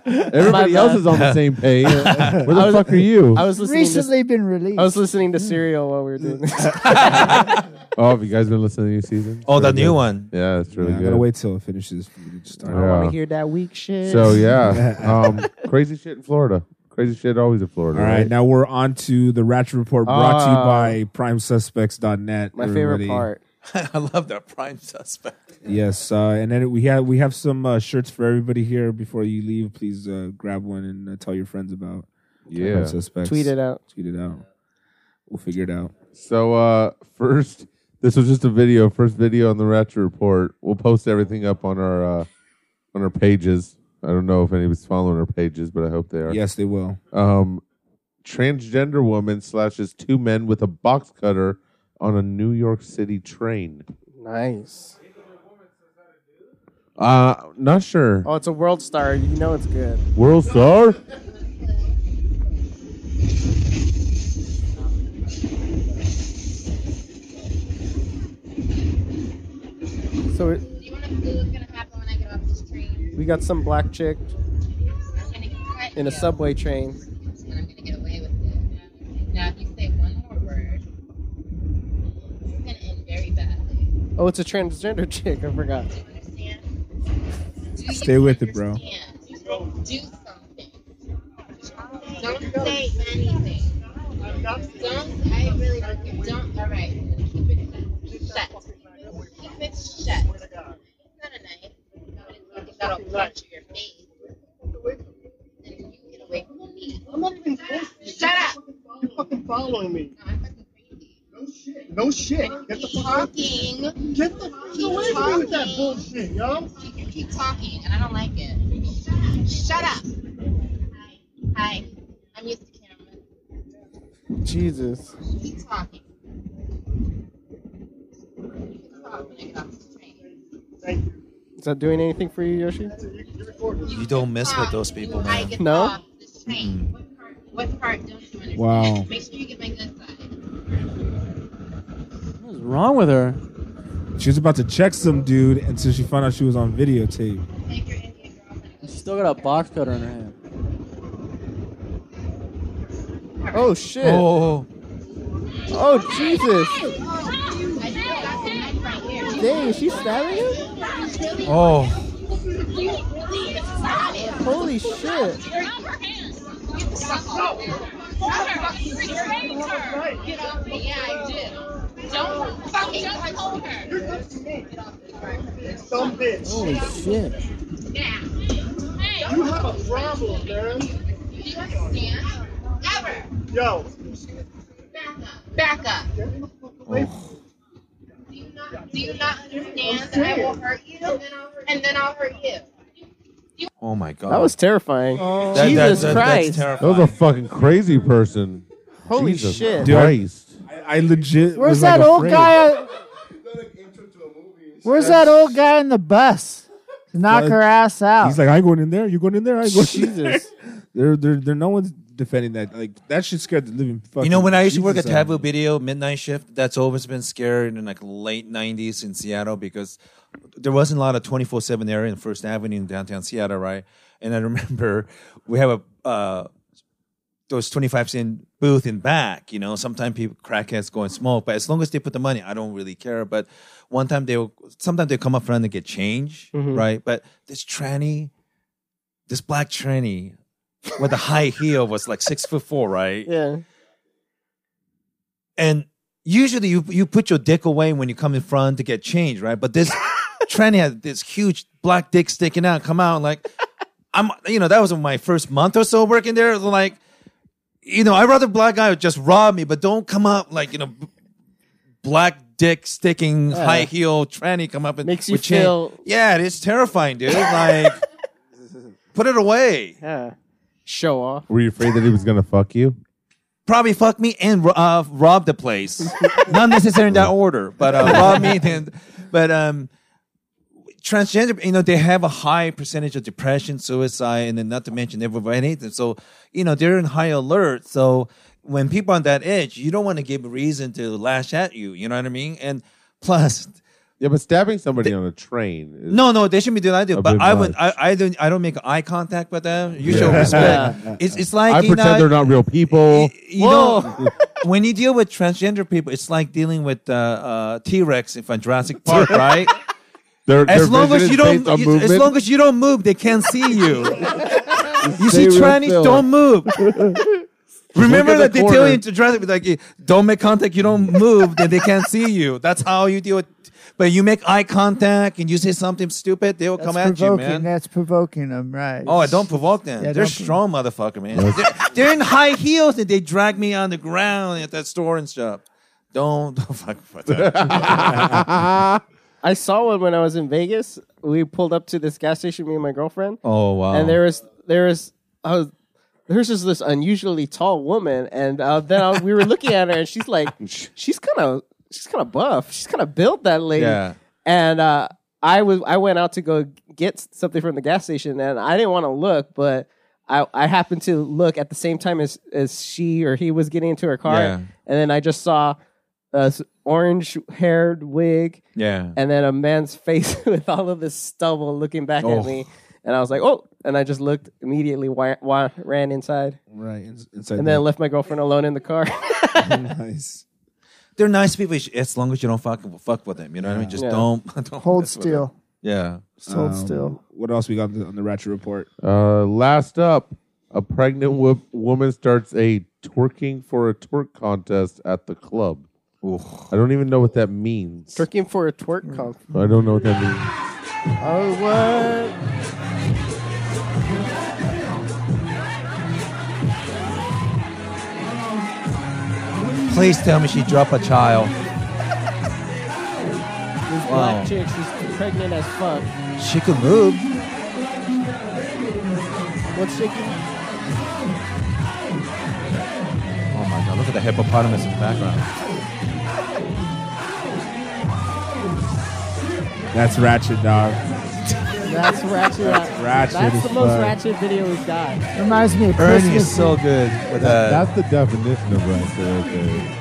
Speaker 2: damn it. Everybody else is on the same page. Where the fuck are you?
Speaker 3: I was listening to
Speaker 6: Recently been released.
Speaker 3: I was listening to Serial while we were doing this.
Speaker 2: oh, have you guys been listening to the new season?
Speaker 5: Oh, the
Speaker 2: Really
Speaker 5: new
Speaker 2: good.
Speaker 5: one.
Speaker 2: Yeah, it's really
Speaker 1: Yeah, I'm
Speaker 2: good.
Speaker 1: gonna wait till it finishes for you to start.
Speaker 2: Yeah.
Speaker 3: I hear that weak shit.
Speaker 2: So yeah, um, crazy shit in Florida. Crazy shit always in Florida.
Speaker 1: All right, now we're on to the Ratchet Report brought to
Speaker 2: Ah.
Speaker 1: you by PrimeSuspects.net.
Speaker 3: Uh, my favorite
Speaker 1: everybody.
Speaker 3: part.
Speaker 5: I love that prime suspect.
Speaker 1: Yes, uh, and then we have we have some uh, shirts for everybody here. Before you leave, please uh, grab one and uh, tell your friends about
Speaker 2: Yeah.
Speaker 1: Prime Suspects.
Speaker 3: Tweet it out.
Speaker 1: Tweet it out. We'll figure it out.
Speaker 2: So uh, first, this was just a video. First video on the Ratchet Report. We'll post everything up on our uh, on our pages. I don't know if anybody's following our pages, but I hope they are.
Speaker 1: Yes, they will.
Speaker 2: Um, transgender woman slashes two men with a box cutter on a New York City train.
Speaker 3: Nice.
Speaker 2: Uh, not sure.
Speaker 3: Oh, it's a world star. You know it's good.
Speaker 2: World star.
Speaker 3: So we- we got some black chick in a subway train.
Speaker 9: and I'm gonna get away with it. Now, if you say one more word, it's gonna end very badly.
Speaker 3: Oh, it's a transgender chick. I forgot.
Speaker 9: Do you understand? Do you
Speaker 1: Stay with it, bro.
Speaker 9: understand? Do something. Don't say anything. Don't. I really don't care. Don't. All right. Keep it shut. Keep it shut. It's not a knife, but it's that'll punch your face. Then you get away from me.
Speaker 11: I'm not even close.
Speaker 9: Shut up.
Speaker 11: You're fucking following me.
Speaker 9: No, I'm fucking crazy.
Speaker 11: No shit. No shit. Get the
Speaker 9: Keep
Speaker 11: fuck out.
Speaker 9: talking.
Speaker 11: Get the fuck away from me with that bullshit, yo.
Speaker 9: You keep talking, and I don't like it. Shut up. Hi. Hi. I'm used to camera.
Speaker 3: Jesus.
Speaker 9: Keep talking. You can talk when I get off this train.
Speaker 11: Thank you.
Speaker 3: Is that doing anything for you, Yoshi?
Speaker 11: You're recording.
Speaker 5: You don't mess with
Speaker 9: Talk
Speaker 5: those people,
Speaker 9: when I
Speaker 5: man.
Speaker 9: get
Speaker 3: No?
Speaker 9: off this train. What part, what part don't you understand?
Speaker 1: Wow.
Speaker 9: Make sure you get my good side.
Speaker 4: What's wrong with her?
Speaker 1: She was about to check some dude until she found out she was on videotape.
Speaker 9: Thank your Indian girlfriend.
Speaker 4: She's still got a box cutter in her hand.
Speaker 3: Oh shit. Oh,
Speaker 5: Oh,
Speaker 3: Jesus.
Speaker 9: I still got the knife right here. Do
Speaker 3: Dang, is she stabbing him?
Speaker 9: you really,
Speaker 5: oh,
Speaker 9: do you really decide it?
Speaker 3: Holy shit.
Speaker 9: Yeah, I do. Don't fucking touch her.
Speaker 11: Some bitch.
Speaker 4: Holy shit!
Speaker 9: Now.
Speaker 11: You have a problem, man.
Speaker 9: Do you understand? Ever.
Speaker 11: Yo.
Speaker 9: Back up. Back up. Do you not, do you not understand that I will hurt you and then I'll hurt you?
Speaker 5: oh my God.
Speaker 3: That was terrifying.
Speaker 5: That- that-
Speaker 3: Jesus
Speaker 5: that-
Speaker 3: Christ.
Speaker 5: That's terrifying.
Speaker 2: That was a fucking crazy person.
Speaker 3: Holy
Speaker 2: Jesus
Speaker 3: shit.
Speaker 2: Christ.
Speaker 1: I, I legit.
Speaker 6: Where's
Speaker 1: was like
Speaker 6: that old
Speaker 1: afraid.
Speaker 6: guy? Where's that old guy in the bus? To knock
Speaker 1: Bud.
Speaker 6: her ass out.
Speaker 1: He's like, I ain't going in there. You going in there? I ain't going in there.
Speaker 3: Jesus.
Speaker 1: There, there, there. No one's defending that. Like that shit scared the living. Fucking
Speaker 5: You know, when I used to work at
Speaker 1: Jesus out of
Speaker 5: Taboo Video, midnight shift, that's always been scary in like late 90s in Seattle because there wasn't a lot of 24 7 area in First Avenue in downtown Seattle, right? And I remember we have a, uh, those 25 cent booth in back, you know, sometimes people, crackheads go and smoke, but as long as they put the money, I don't really care. But one time they will, sometimes they come up front and get change,
Speaker 1: Mm-hmm.
Speaker 5: right? But this tranny, this black tranny with a high heel was like six foot four, right?
Speaker 3: Yeah.
Speaker 5: and usually you you put your dick away when you come in front to get change, right? But this tranny had this huge black dick sticking out, come out like I'm you know, that was my first month or so working there. It was like, you know, I'd rather black guy would just rob me, but don't come up like, you know, b- black dick sticking high heel tranny come up and
Speaker 3: Makes you
Speaker 5: with chain.
Speaker 3: feel-
Speaker 5: Yeah, it is terrifying, dude. Like put it away.
Speaker 3: Yeah. show off.
Speaker 2: Were you afraid that he was gonna fuck you?
Speaker 5: Probably fuck me and ro- uh, rob the place. Not necessarily in that order, but uh, rob me. Then, but um, transgender, you know, they have a high percentage of depression, suicide, and then not to mention everybody. So, you know, they're in high alert. So when people on that edge, you don't want to give a reason to lash at you. You know what I mean? And plus,
Speaker 2: Yeah, but stabbing somebody on a train. Is,
Speaker 5: no, no, they shouldn't be doing that.
Speaker 2: A
Speaker 5: But
Speaker 2: bit
Speaker 5: I would,
Speaker 2: much.
Speaker 5: I, I don't, I don't make eye contact with them. You show
Speaker 2: Yeah.
Speaker 5: respect. It's, it's like
Speaker 2: I
Speaker 5: you
Speaker 2: pretend
Speaker 5: know,
Speaker 2: they're not real people.
Speaker 5: you know, when you deal with transgender people, it's like dealing with uh, uh, T Rex from Jurassic Park, right?
Speaker 2: Their- their
Speaker 5: As long
Speaker 2: vision
Speaker 5: as
Speaker 2: is
Speaker 5: you don't,
Speaker 2: based on
Speaker 5: you- as
Speaker 2: movement.
Speaker 5: long as you don't move, they can't see you. you
Speaker 2: They
Speaker 5: see
Speaker 2: will
Speaker 5: trannies,
Speaker 2: fill.
Speaker 5: don't move. Remember
Speaker 2: Look
Speaker 5: that
Speaker 2: at
Speaker 5: they
Speaker 2: the
Speaker 5: tell
Speaker 2: corner.
Speaker 5: you in Jurassic Park, like, don't make contact, you don't move, then they can't see you. That's how you deal with. But you make eye contact and you say something stupid, they will
Speaker 6: That's
Speaker 5: come at you,
Speaker 6: provoking.
Speaker 5: man.
Speaker 6: That's provoking them, right?
Speaker 5: Oh, I don't provoke them.
Speaker 6: Yeah,
Speaker 5: they're
Speaker 6: don't-
Speaker 5: strong, motherfucker, man. they're, they're in high heels and they drag me on the ground at that store and stuff. Don't, don't fuck with that.
Speaker 3: I saw one when I was in Vegas. We pulled up to this gas station, me and my girlfriend,
Speaker 5: oh wow!
Speaker 3: and there was there was I was. There's just this unusually tall woman, and uh, then I, we were looking at her, and she's like, she's kind of, she's kind of buff, she's kind of built that lady.
Speaker 5: Yeah.
Speaker 3: And uh, I was, I went out to go get something from the gas station, and I didn't want to look, but I, I happened to look at the same time as as she or he was getting into her car,
Speaker 5: Yeah.
Speaker 3: and then I just saw a orange haired wig,
Speaker 5: yeah.
Speaker 3: and then a man's face with all of this stubble looking back
Speaker 5: Oh.
Speaker 3: at me. And I was like, oh, and I just looked immediately, wa- wa- ran inside,
Speaker 1: Right. ins- Inside
Speaker 3: and then left my girlfriend alone in the car.
Speaker 1: then nice.
Speaker 5: They're nice people you sh- as long as you don't fuck fuck with them. You know what I mean? Just
Speaker 3: Yeah.
Speaker 5: don't, don't
Speaker 6: Hold
Speaker 5: mess with them.
Speaker 6: still.
Speaker 5: Yeah.
Speaker 6: Just hold
Speaker 1: Um,
Speaker 5: Oh.
Speaker 6: still.
Speaker 1: What else we got on the, on the Ratchet Report?
Speaker 2: Uh, last up, a pregnant wo- woman starts a twerking for a twerk contest at the club. I don't even know what that means.
Speaker 3: Twerking for a twerk comp.
Speaker 2: I don't know what that means.
Speaker 3: Oh, what?
Speaker 5: Please tell me she dropped a child.
Speaker 3: This
Speaker 5: Wow.
Speaker 3: black chick, she's pregnant as fuck.
Speaker 5: She could move.
Speaker 3: What's shaking?
Speaker 5: Oh my god! Look at the hippopotamus in the background.
Speaker 1: That's Ratchet, dog.
Speaker 3: That's ratchet. That's,
Speaker 1: ratchet as
Speaker 3: That's the most
Speaker 1: fuck.
Speaker 3: ratchet video we've got.
Speaker 6: Reminds me of
Speaker 5: Ernie
Speaker 6: Christmas.
Speaker 5: is so good with that.
Speaker 2: That's the definition of wrestling. Okay.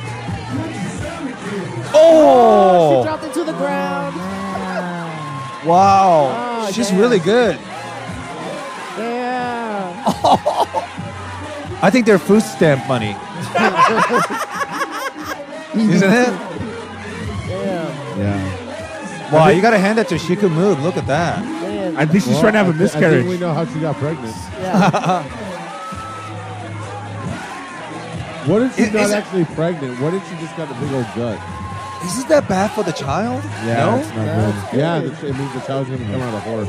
Speaker 3: She
Speaker 5: oh
Speaker 3: dropped it to the ground.
Speaker 5: wow!
Speaker 3: Oh,
Speaker 5: She's
Speaker 3: damn.
Speaker 5: really good.
Speaker 3: Yeah.
Speaker 5: I think they're food stamp money. Isn't it?
Speaker 3: Damn.
Speaker 1: Yeah.
Speaker 5: Wow, you gotta hand that to her. She could move. Look at that.
Speaker 3: Man.
Speaker 1: I think she's trying to have a
Speaker 2: I
Speaker 1: miscarriage.
Speaker 2: think we know how she got pregnant.
Speaker 3: yeah.
Speaker 2: What if she's
Speaker 5: Is-
Speaker 2: not
Speaker 5: is it-
Speaker 2: actually pregnant? What if she just got a big old gut?
Speaker 5: Isn't that bad for the child?
Speaker 1: yeah,
Speaker 5: no?
Speaker 1: it's not good.
Speaker 2: Yeah, that- it means the child's gonna come out a whore.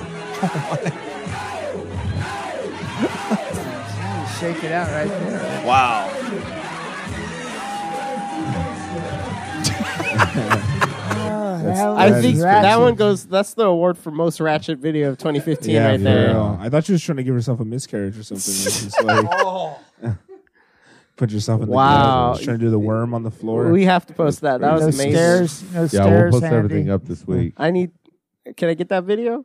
Speaker 6: Shake it out right there.
Speaker 5: Wow.
Speaker 6: Oh, That
Speaker 3: I
Speaker 6: was
Speaker 3: think
Speaker 6: ratchet.
Speaker 3: that one goes. That's the award for most ratchet video of 2015,
Speaker 1: Yeah,
Speaker 3: right
Speaker 1: for
Speaker 3: there.
Speaker 1: real. I thought she was trying to give herself a miscarriage or something. It's just like, put yourself in the
Speaker 3: Wow.
Speaker 1: ground. She's trying to do the worm on the floor.
Speaker 3: We have to post that. That was
Speaker 6: No
Speaker 3: amazing.
Speaker 6: stairs. No
Speaker 2: Yeah,
Speaker 6: stairs.
Speaker 2: we'll post
Speaker 6: handy.
Speaker 2: everything up this week.
Speaker 3: I need. Can I get that video?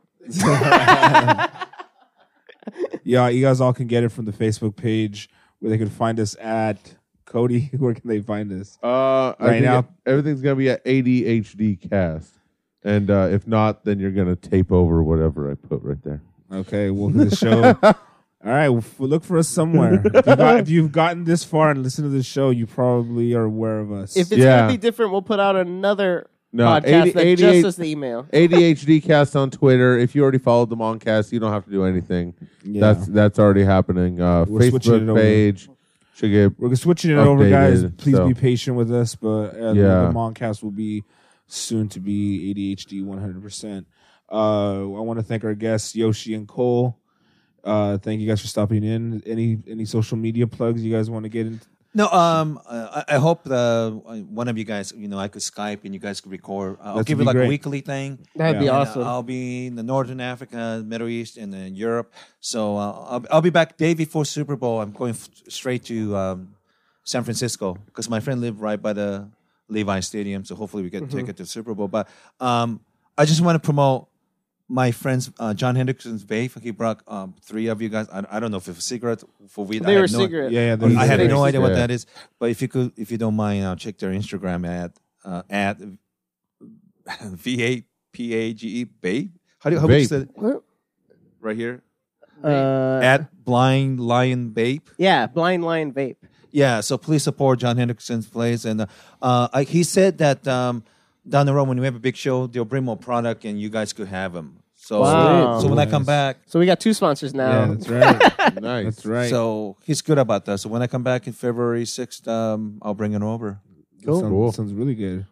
Speaker 1: yeah, you guys all can get it from the Facebook page where they can find us at Cody. Where can they find us?
Speaker 2: Uh, I
Speaker 1: Right
Speaker 2: think
Speaker 1: now-
Speaker 2: everything's gonna be at ADHD cast, and uh, if not, then you're gonna tape over whatever I put right there.
Speaker 1: Okay, welcome to the show. All right, well, f- look for us somewhere. If you've, got- if you've gotten this far and listened to the show, you probably are aware of us.
Speaker 3: If it's
Speaker 2: Yeah.
Speaker 3: gonna be different, we'll put out another
Speaker 2: No,
Speaker 3: podcast
Speaker 2: 80
Speaker 3: that just
Speaker 2: 88
Speaker 3: does the email.
Speaker 2: ADHD cast on Twitter. If you already followed them on cast, you don't have to do anything.
Speaker 1: Yeah.
Speaker 2: That's that's already happening. Uh,
Speaker 1: We're switching it
Speaker 2: Facebook
Speaker 1: over.
Speaker 2: page should get
Speaker 1: We're switching it over,
Speaker 2: Updated,
Speaker 1: guys. Please
Speaker 2: so.
Speaker 1: be patient with us, but uh,
Speaker 2: Yeah.
Speaker 1: the Moncast will be soon to be ADHD 100%. Uh, I want to thank our guests, Yoshi and Cole. Uh, thank you guys for stopping in. Any any social media plugs you guys want to get in?
Speaker 5: No, um, uh, I I hope uh, one of you guys, you know, I could Skype and you guys could record. I'll
Speaker 1: That'd
Speaker 5: give you
Speaker 1: be
Speaker 5: like
Speaker 1: great.
Speaker 5: a weekly thing.
Speaker 3: That'd be
Speaker 5: And, uh,
Speaker 3: awesome.
Speaker 5: I'll be in the Northern Africa, Middle East, and then Europe. So uh, I'll, I'll be back day before Super Bowl. I'm going f- straight to um, San Francisco because my friend lived right by the Levi Stadium. So hopefully we get
Speaker 3: Mm-hmm.
Speaker 5: a ticket to Super Bowl. But um, I just want to promote my friend's uh, John Hendrickson's vape. He brought um, three of you guys. I, I don't know if it was cigarettes for weed. I
Speaker 3: They
Speaker 5: have
Speaker 3: were
Speaker 5: no-
Speaker 3: cigarette.
Speaker 1: Yeah, yeah.
Speaker 5: I have
Speaker 1: there's-
Speaker 5: no idea what
Speaker 2: Yeah.
Speaker 5: that is. But if you could, if you don't mind, I'll check their Instagram at uh, at V A P A G E babe. How do you how would you
Speaker 2: Vape.
Speaker 5: say it?
Speaker 3: What?
Speaker 5: Right here
Speaker 3: Uh,
Speaker 5: at Blind Lion Babe.
Speaker 3: yeah, blind lion vape.
Speaker 5: Yeah, so please support John Hendrickson's place. And uh, uh, I, he said that um, down the road when we have a big show, they'll bring more product and you guys could have them. So,
Speaker 3: Wow.
Speaker 5: so when I come back,
Speaker 3: So we got two sponsors
Speaker 1: Yeah,
Speaker 3: now.
Speaker 1: that's right.
Speaker 2: nice.
Speaker 1: That's right.
Speaker 5: so he's good about that. So when I come back in February 6th, um, I'll bring it over.
Speaker 1: That sounds,
Speaker 2: Cool.
Speaker 1: sounds really good.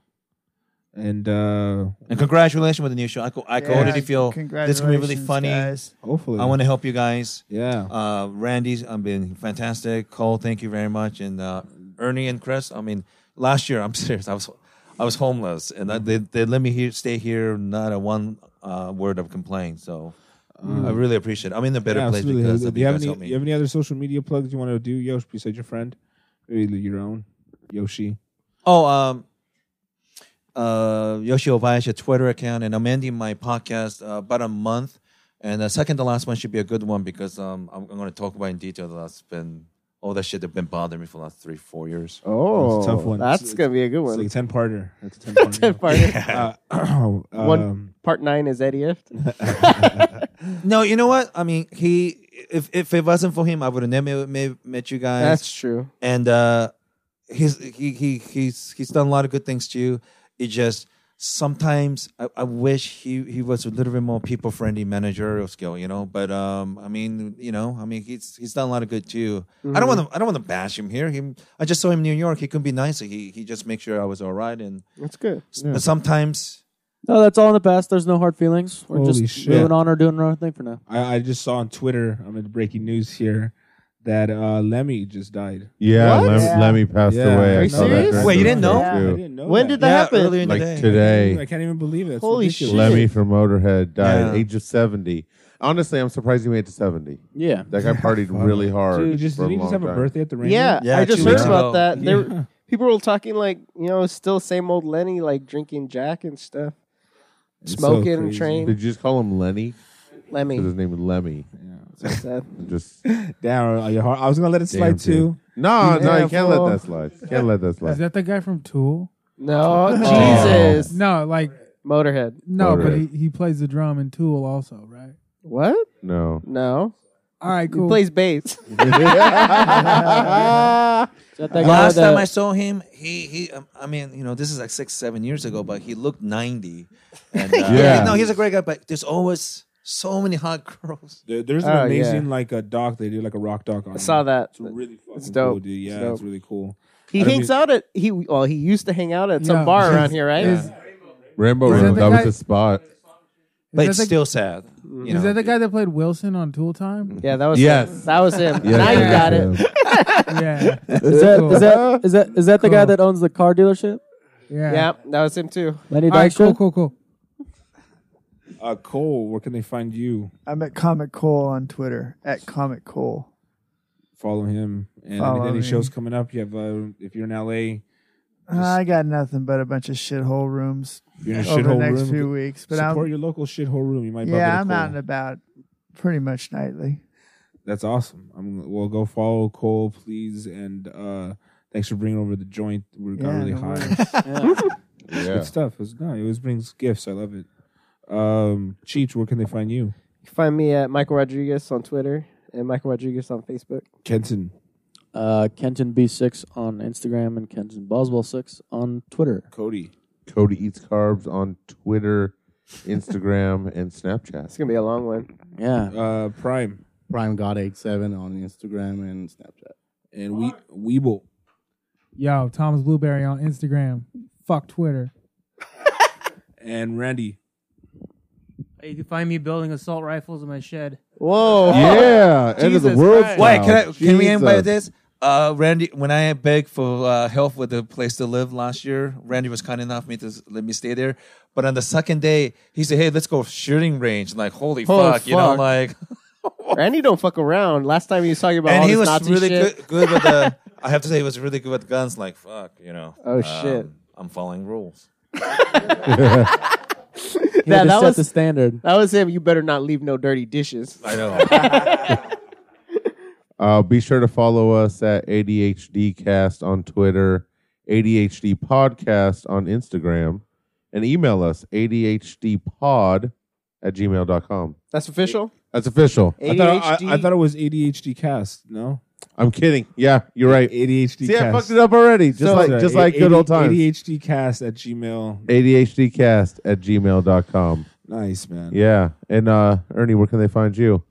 Speaker 1: And uh
Speaker 5: And congratulations with the new show. I, co- I
Speaker 6: Yeah,
Speaker 5: already feel this is going to be really
Speaker 6: congratulations,
Speaker 5: funny.
Speaker 6: guys.
Speaker 1: hopefully,
Speaker 5: I want to help you guys.
Speaker 1: Yeah,
Speaker 5: Uh, Randy's, I've been fantastic. Cole, thank you very much. And uh, Ernie and Chris, I mean, last year, I'm serious. I was I was homeless, and I, they, they let me here, stay here, not a one uh, word of complaint. So I really appreciate it. I'm in a better
Speaker 1: Mm.
Speaker 5: place
Speaker 1: yeah, absolutely.
Speaker 5: because
Speaker 1: do
Speaker 5: of
Speaker 1: you
Speaker 5: you
Speaker 1: have
Speaker 5: guys
Speaker 1: any?
Speaker 5: helped me.
Speaker 1: You have any other social media plugs you want to do, Yoshi? Besides your friend, maybe your own Yoshi.
Speaker 5: Oh, um, uh, Yoshi Obayashi Twitter account, and I'm ending my podcast uh, about a month. And the second to last one should be a good one because um, I'm, I'm going to talk about in detail that's been all that shit that's been bothering me for the last three, four years.
Speaker 1: Oh, it's a tough one.
Speaker 3: That's
Speaker 1: It's-
Speaker 3: gonna be a good
Speaker 1: It's like
Speaker 3: one.
Speaker 1: a ten parter. That's a ten
Speaker 3: Ten
Speaker 1: parter.
Speaker 3: part,
Speaker 1: uh, um,
Speaker 3: One- part nine is Eddie. Ift.
Speaker 5: No, you know what? I mean, he if if it wasn't for him, I would have never met, met you guys.
Speaker 3: That's true.
Speaker 5: and uh, he's he, he he's he's done a lot of good things to you. It just sometimes I, I wish he he was a little bit more people friendly managerial skill, you know. But um, I mean, you know, I mean, he's he's done a lot of good too. I
Speaker 3: Mm-hmm.
Speaker 5: don't want to I don't want to bash him here. He, I just saw him in New York. He couldn't be nicer. He he just make sure I was all right. And
Speaker 3: That's good.
Speaker 5: but sometimes
Speaker 4: No, that's all in the past. There's no hard feelings. We're
Speaker 1: Holy
Speaker 4: just
Speaker 1: shit.
Speaker 4: moving on or doing our own thing for now.
Speaker 1: I, I just saw on Twitter. I'm in breaking news here that uh Lemmy just died.
Speaker 2: Yeah,
Speaker 6: What?
Speaker 2: Lem-
Speaker 6: Yeah.
Speaker 2: Lemmy passed
Speaker 1: Yeah.
Speaker 2: away.
Speaker 1: Are
Speaker 2: I
Speaker 1: you
Speaker 2: saw that
Speaker 6: serious?
Speaker 2: during
Speaker 5: Wait, you
Speaker 2: the
Speaker 5: didn't know?
Speaker 1: I
Speaker 2: interview.
Speaker 1: didn't know.
Speaker 6: When did that happen?
Speaker 5: earlier in the
Speaker 2: Like
Speaker 5: day.
Speaker 2: today.
Speaker 1: I can't even believe it. It's
Speaker 6: Holy
Speaker 1: ridiculous.
Speaker 6: shit.
Speaker 2: Lemmy from Motorhead died
Speaker 5: Yeah.
Speaker 2: at age of 70. Honestly, I'm surprised he made it to 70.
Speaker 4: Yeah.
Speaker 2: That guy partied really hard.
Speaker 1: Dude, just,
Speaker 2: for
Speaker 1: did
Speaker 2: a
Speaker 1: he just
Speaker 2: long
Speaker 1: have a
Speaker 2: time.
Speaker 1: birthday at the Rainbow?
Speaker 3: Yeah,
Speaker 5: Yeah,
Speaker 3: I just
Speaker 5: two
Speaker 3: heard
Speaker 5: weeks
Speaker 3: about
Speaker 5: ago.
Speaker 3: that. There,
Speaker 1: Yeah.
Speaker 3: people were talking like you know, still same old Lenny, like drinking Jack and stuff,
Speaker 1: It's so
Speaker 3: smoking,
Speaker 1: crazy.
Speaker 3: train,
Speaker 2: Did you just call him Lenny? Because
Speaker 3: Lemmy.
Speaker 2: his name was Lemmy.
Speaker 3: Sad.
Speaker 2: Just
Speaker 1: Damn, are you hard? I was gonna let it slide
Speaker 2: Damn,
Speaker 1: too.
Speaker 2: no, no,
Speaker 3: Yeah,
Speaker 2: you can't let
Speaker 3: fool.
Speaker 2: that slide. Can't let that
Speaker 12: Is
Speaker 2: slide.
Speaker 12: that the guy from Tool?
Speaker 3: No,
Speaker 2: Oh.
Speaker 3: Jesus,
Speaker 12: No, like
Speaker 3: Motorhead.
Speaker 12: no, but he,
Speaker 2: Motorhead.
Speaker 12: he plays the drum in Tool also, right?
Speaker 3: What?
Speaker 2: No.
Speaker 3: No,
Speaker 12: All right, cool.
Speaker 3: he plays bass.
Speaker 4: Is that that
Speaker 5: Last
Speaker 4: guy
Speaker 5: time
Speaker 4: that-
Speaker 5: I saw him, he he. um, I mean, you know, this is like six, seven years ago, but he looked ninety. And, uh,
Speaker 2: Yeah.
Speaker 5: No, he's a great guy, but there's always so many hot girls.
Speaker 1: There- there's
Speaker 3: Oh,
Speaker 1: an amazing
Speaker 3: yeah.
Speaker 1: like a doc they do like a rock doc on.
Speaker 3: I saw
Speaker 1: him.
Speaker 3: that.
Speaker 1: It's really fucking
Speaker 3: dope.
Speaker 1: cool, dude. Yeah,
Speaker 3: It's
Speaker 1: it's,
Speaker 3: dope.
Speaker 1: really cool.
Speaker 3: He
Speaker 1: I don't
Speaker 3: hangs
Speaker 1: mean-
Speaker 3: out at he. Well, he used to hang out at some
Speaker 12: Yeah.
Speaker 3: bar
Speaker 12: Is-
Speaker 3: around here, right?
Speaker 12: Is, is
Speaker 2: Rainbow
Speaker 12: Is that
Speaker 2: Room.
Speaker 12: the
Speaker 2: That was
Speaker 12: guy-
Speaker 2: his spot.
Speaker 5: But
Speaker 12: that
Speaker 5: it's
Speaker 12: the- Mm-hmm.
Speaker 5: still sad. You know?
Speaker 12: that the guy that played Wilson on Tool Time?
Speaker 3: Yeah, that was
Speaker 2: Yes.
Speaker 3: him. That was him.
Speaker 2: Yeah,
Speaker 3: now you
Speaker 2: yeah,
Speaker 3: got
Speaker 2: yeah.
Speaker 3: it.
Speaker 12: yeah,
Speaker 4: Is that, is that is that is that the guy that owns the car dealership?
Speaker 12: yeah.
Speaker 3: Yeah, that was him too.
Speaker 4: Lenny
Speaker 12: All right,
Speaker 4: Dykstra.
Speaker 12: cool, cool, cool.
Speaker 1: Uh, Cole, where can they find you?
Speaker 6: I'm at Comic Cole on Twitter at Comic Cole.
Speaker 1: Follow him and
Speaker 6: Follow
Speaker 1: any, any
Speaker 6: me.
Speaker 1: shows coming up. You have uh, if you're in LA,
Speaker 6: I got nothing but a bunch of shithole rooms
Speaker 1: you're in a
Speaker 6: over the
Speaker 1: shithole
Speaker 6: next
Speaker 1: room.
Speaker 6: few weeks. But
Speaker 1: Support
Speaker 6: I'm
Speaker 1: your local shithole room. You might bump into
Speaker 6: yeah, I'm
Speaker 1: Cole.
Speaker 6: out and about pretty much nightly.
Speaker 1: That's awesome. I'm well go follow Cole, please, and uh thanks for bringing over the joint. We got
Speaker 6: Yeah,
Speaker 1: really
Speaker 6: no
Speaker 1: high.
Speaker 6: worries.
Speaker 1: It's good stuff. It's no, it always brings gifts. I love it. Um Cheech, where can they find you?
Speaker 3: You can find me at Michael Rodriguez on Twitter and Michael Rodriguez on Facebook.
Speaker 1: Kenton.
Speaker 4: Uh, Kenton B6 on Instagram and Kenton Boswell6 on Twitter.
Speaker 1: Cody.
Speaker 2: Cody Eats Carbs on Twitter, Instagram, and Snapchat.
Speaker 3: It's gonna be a long one.
Speaker 13: Yeah.
Speaker 1: Uh Prime.
Speaker 13: Prime God 87 on Instagram and Snapchat.
Speaker 1: And we Weeble.
Speaker 12: Yo, Thomas Blueberry on Instagram. Fuck Twitter.
Speaker 1: And Randy.
Speaker 14: You can find me building assault rifles in my shed.
Speaker 3: Whoa!
Speaker 2: Yeah, end of the
Speaker 14: Jesus
Speaker 2: world.
Speaker 14: Christ.
Speaker 5: Wait, can I? Can we end by
Speaker 2: Jesus.
Speaker 5: this? Uh, Randy, when I begged for uh, help with a place to live last year, Randy was kind enough me to s- let me stay there. But on the second day, he said, "Hey, let's go shooting range." I'm like, holy,
Speaker 3: Holy
Speaker 5: fuck, you know,
Speaker 3: fuck.
Speaker 5: like,
Speaker 3: Randy don't fuck around. Last time he was talking about
Speaker 5: and
Speaker 3: all
Speaker 5: he
Speaker 3: this
Speaker 5: was
Speaker 3: Nazi
Speaker 5: really
Speaker 3: shit.
Speaker 5: good, good with the. I have to say, he was really good with guns. Like, fuck, you know. Um,
Speaker 3: Oh, shit.
Speaker 5: I'm following rules.
Speaker 4: Yeah,
Speaker 3: that
Speaker 4: that set
Speaker 3: was-
Speaker 4: was the standard.
Speaker 3: That was him. You better not leave no dirty dishes.
Speaker 5: I
Speaker 2: Uh, be sure to follow us at ADHDcast on Twitter, ADHD Podcast on Instagram, and email us ADHDpod at gmail.com.
Speaker 3: That's official.
Speaker 2: That's official.
Speaker 1: I thought,
Speaker 3: ADHD
Speaker 1: I, I thought it was ADHD cast. No,
Speaker 2: I'm kidding. Yeah, you're right.
Speaker 1: ADHD.
Speaker 2: See, I
Speaker 1: cast.
Speaker 2: fucked it up already. Just
Speaker 1: So- uh,
Speaker 2: like
Speaker 1: sorry,
Speaker 2: just like good
Speaker 1: AD
Speaker 2: old times.
Speaker 1: ADHD cast at Gmail.
Speaker 2: ADHDcast at gmail.com.
Speaker 1: Nice man.
Speaker 2: Yeah. And uh, Ernie, where can they find you?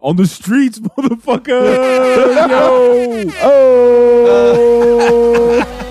Speaker 1: On the streets, motherfucker. Yo.
Speaker 2: Oh.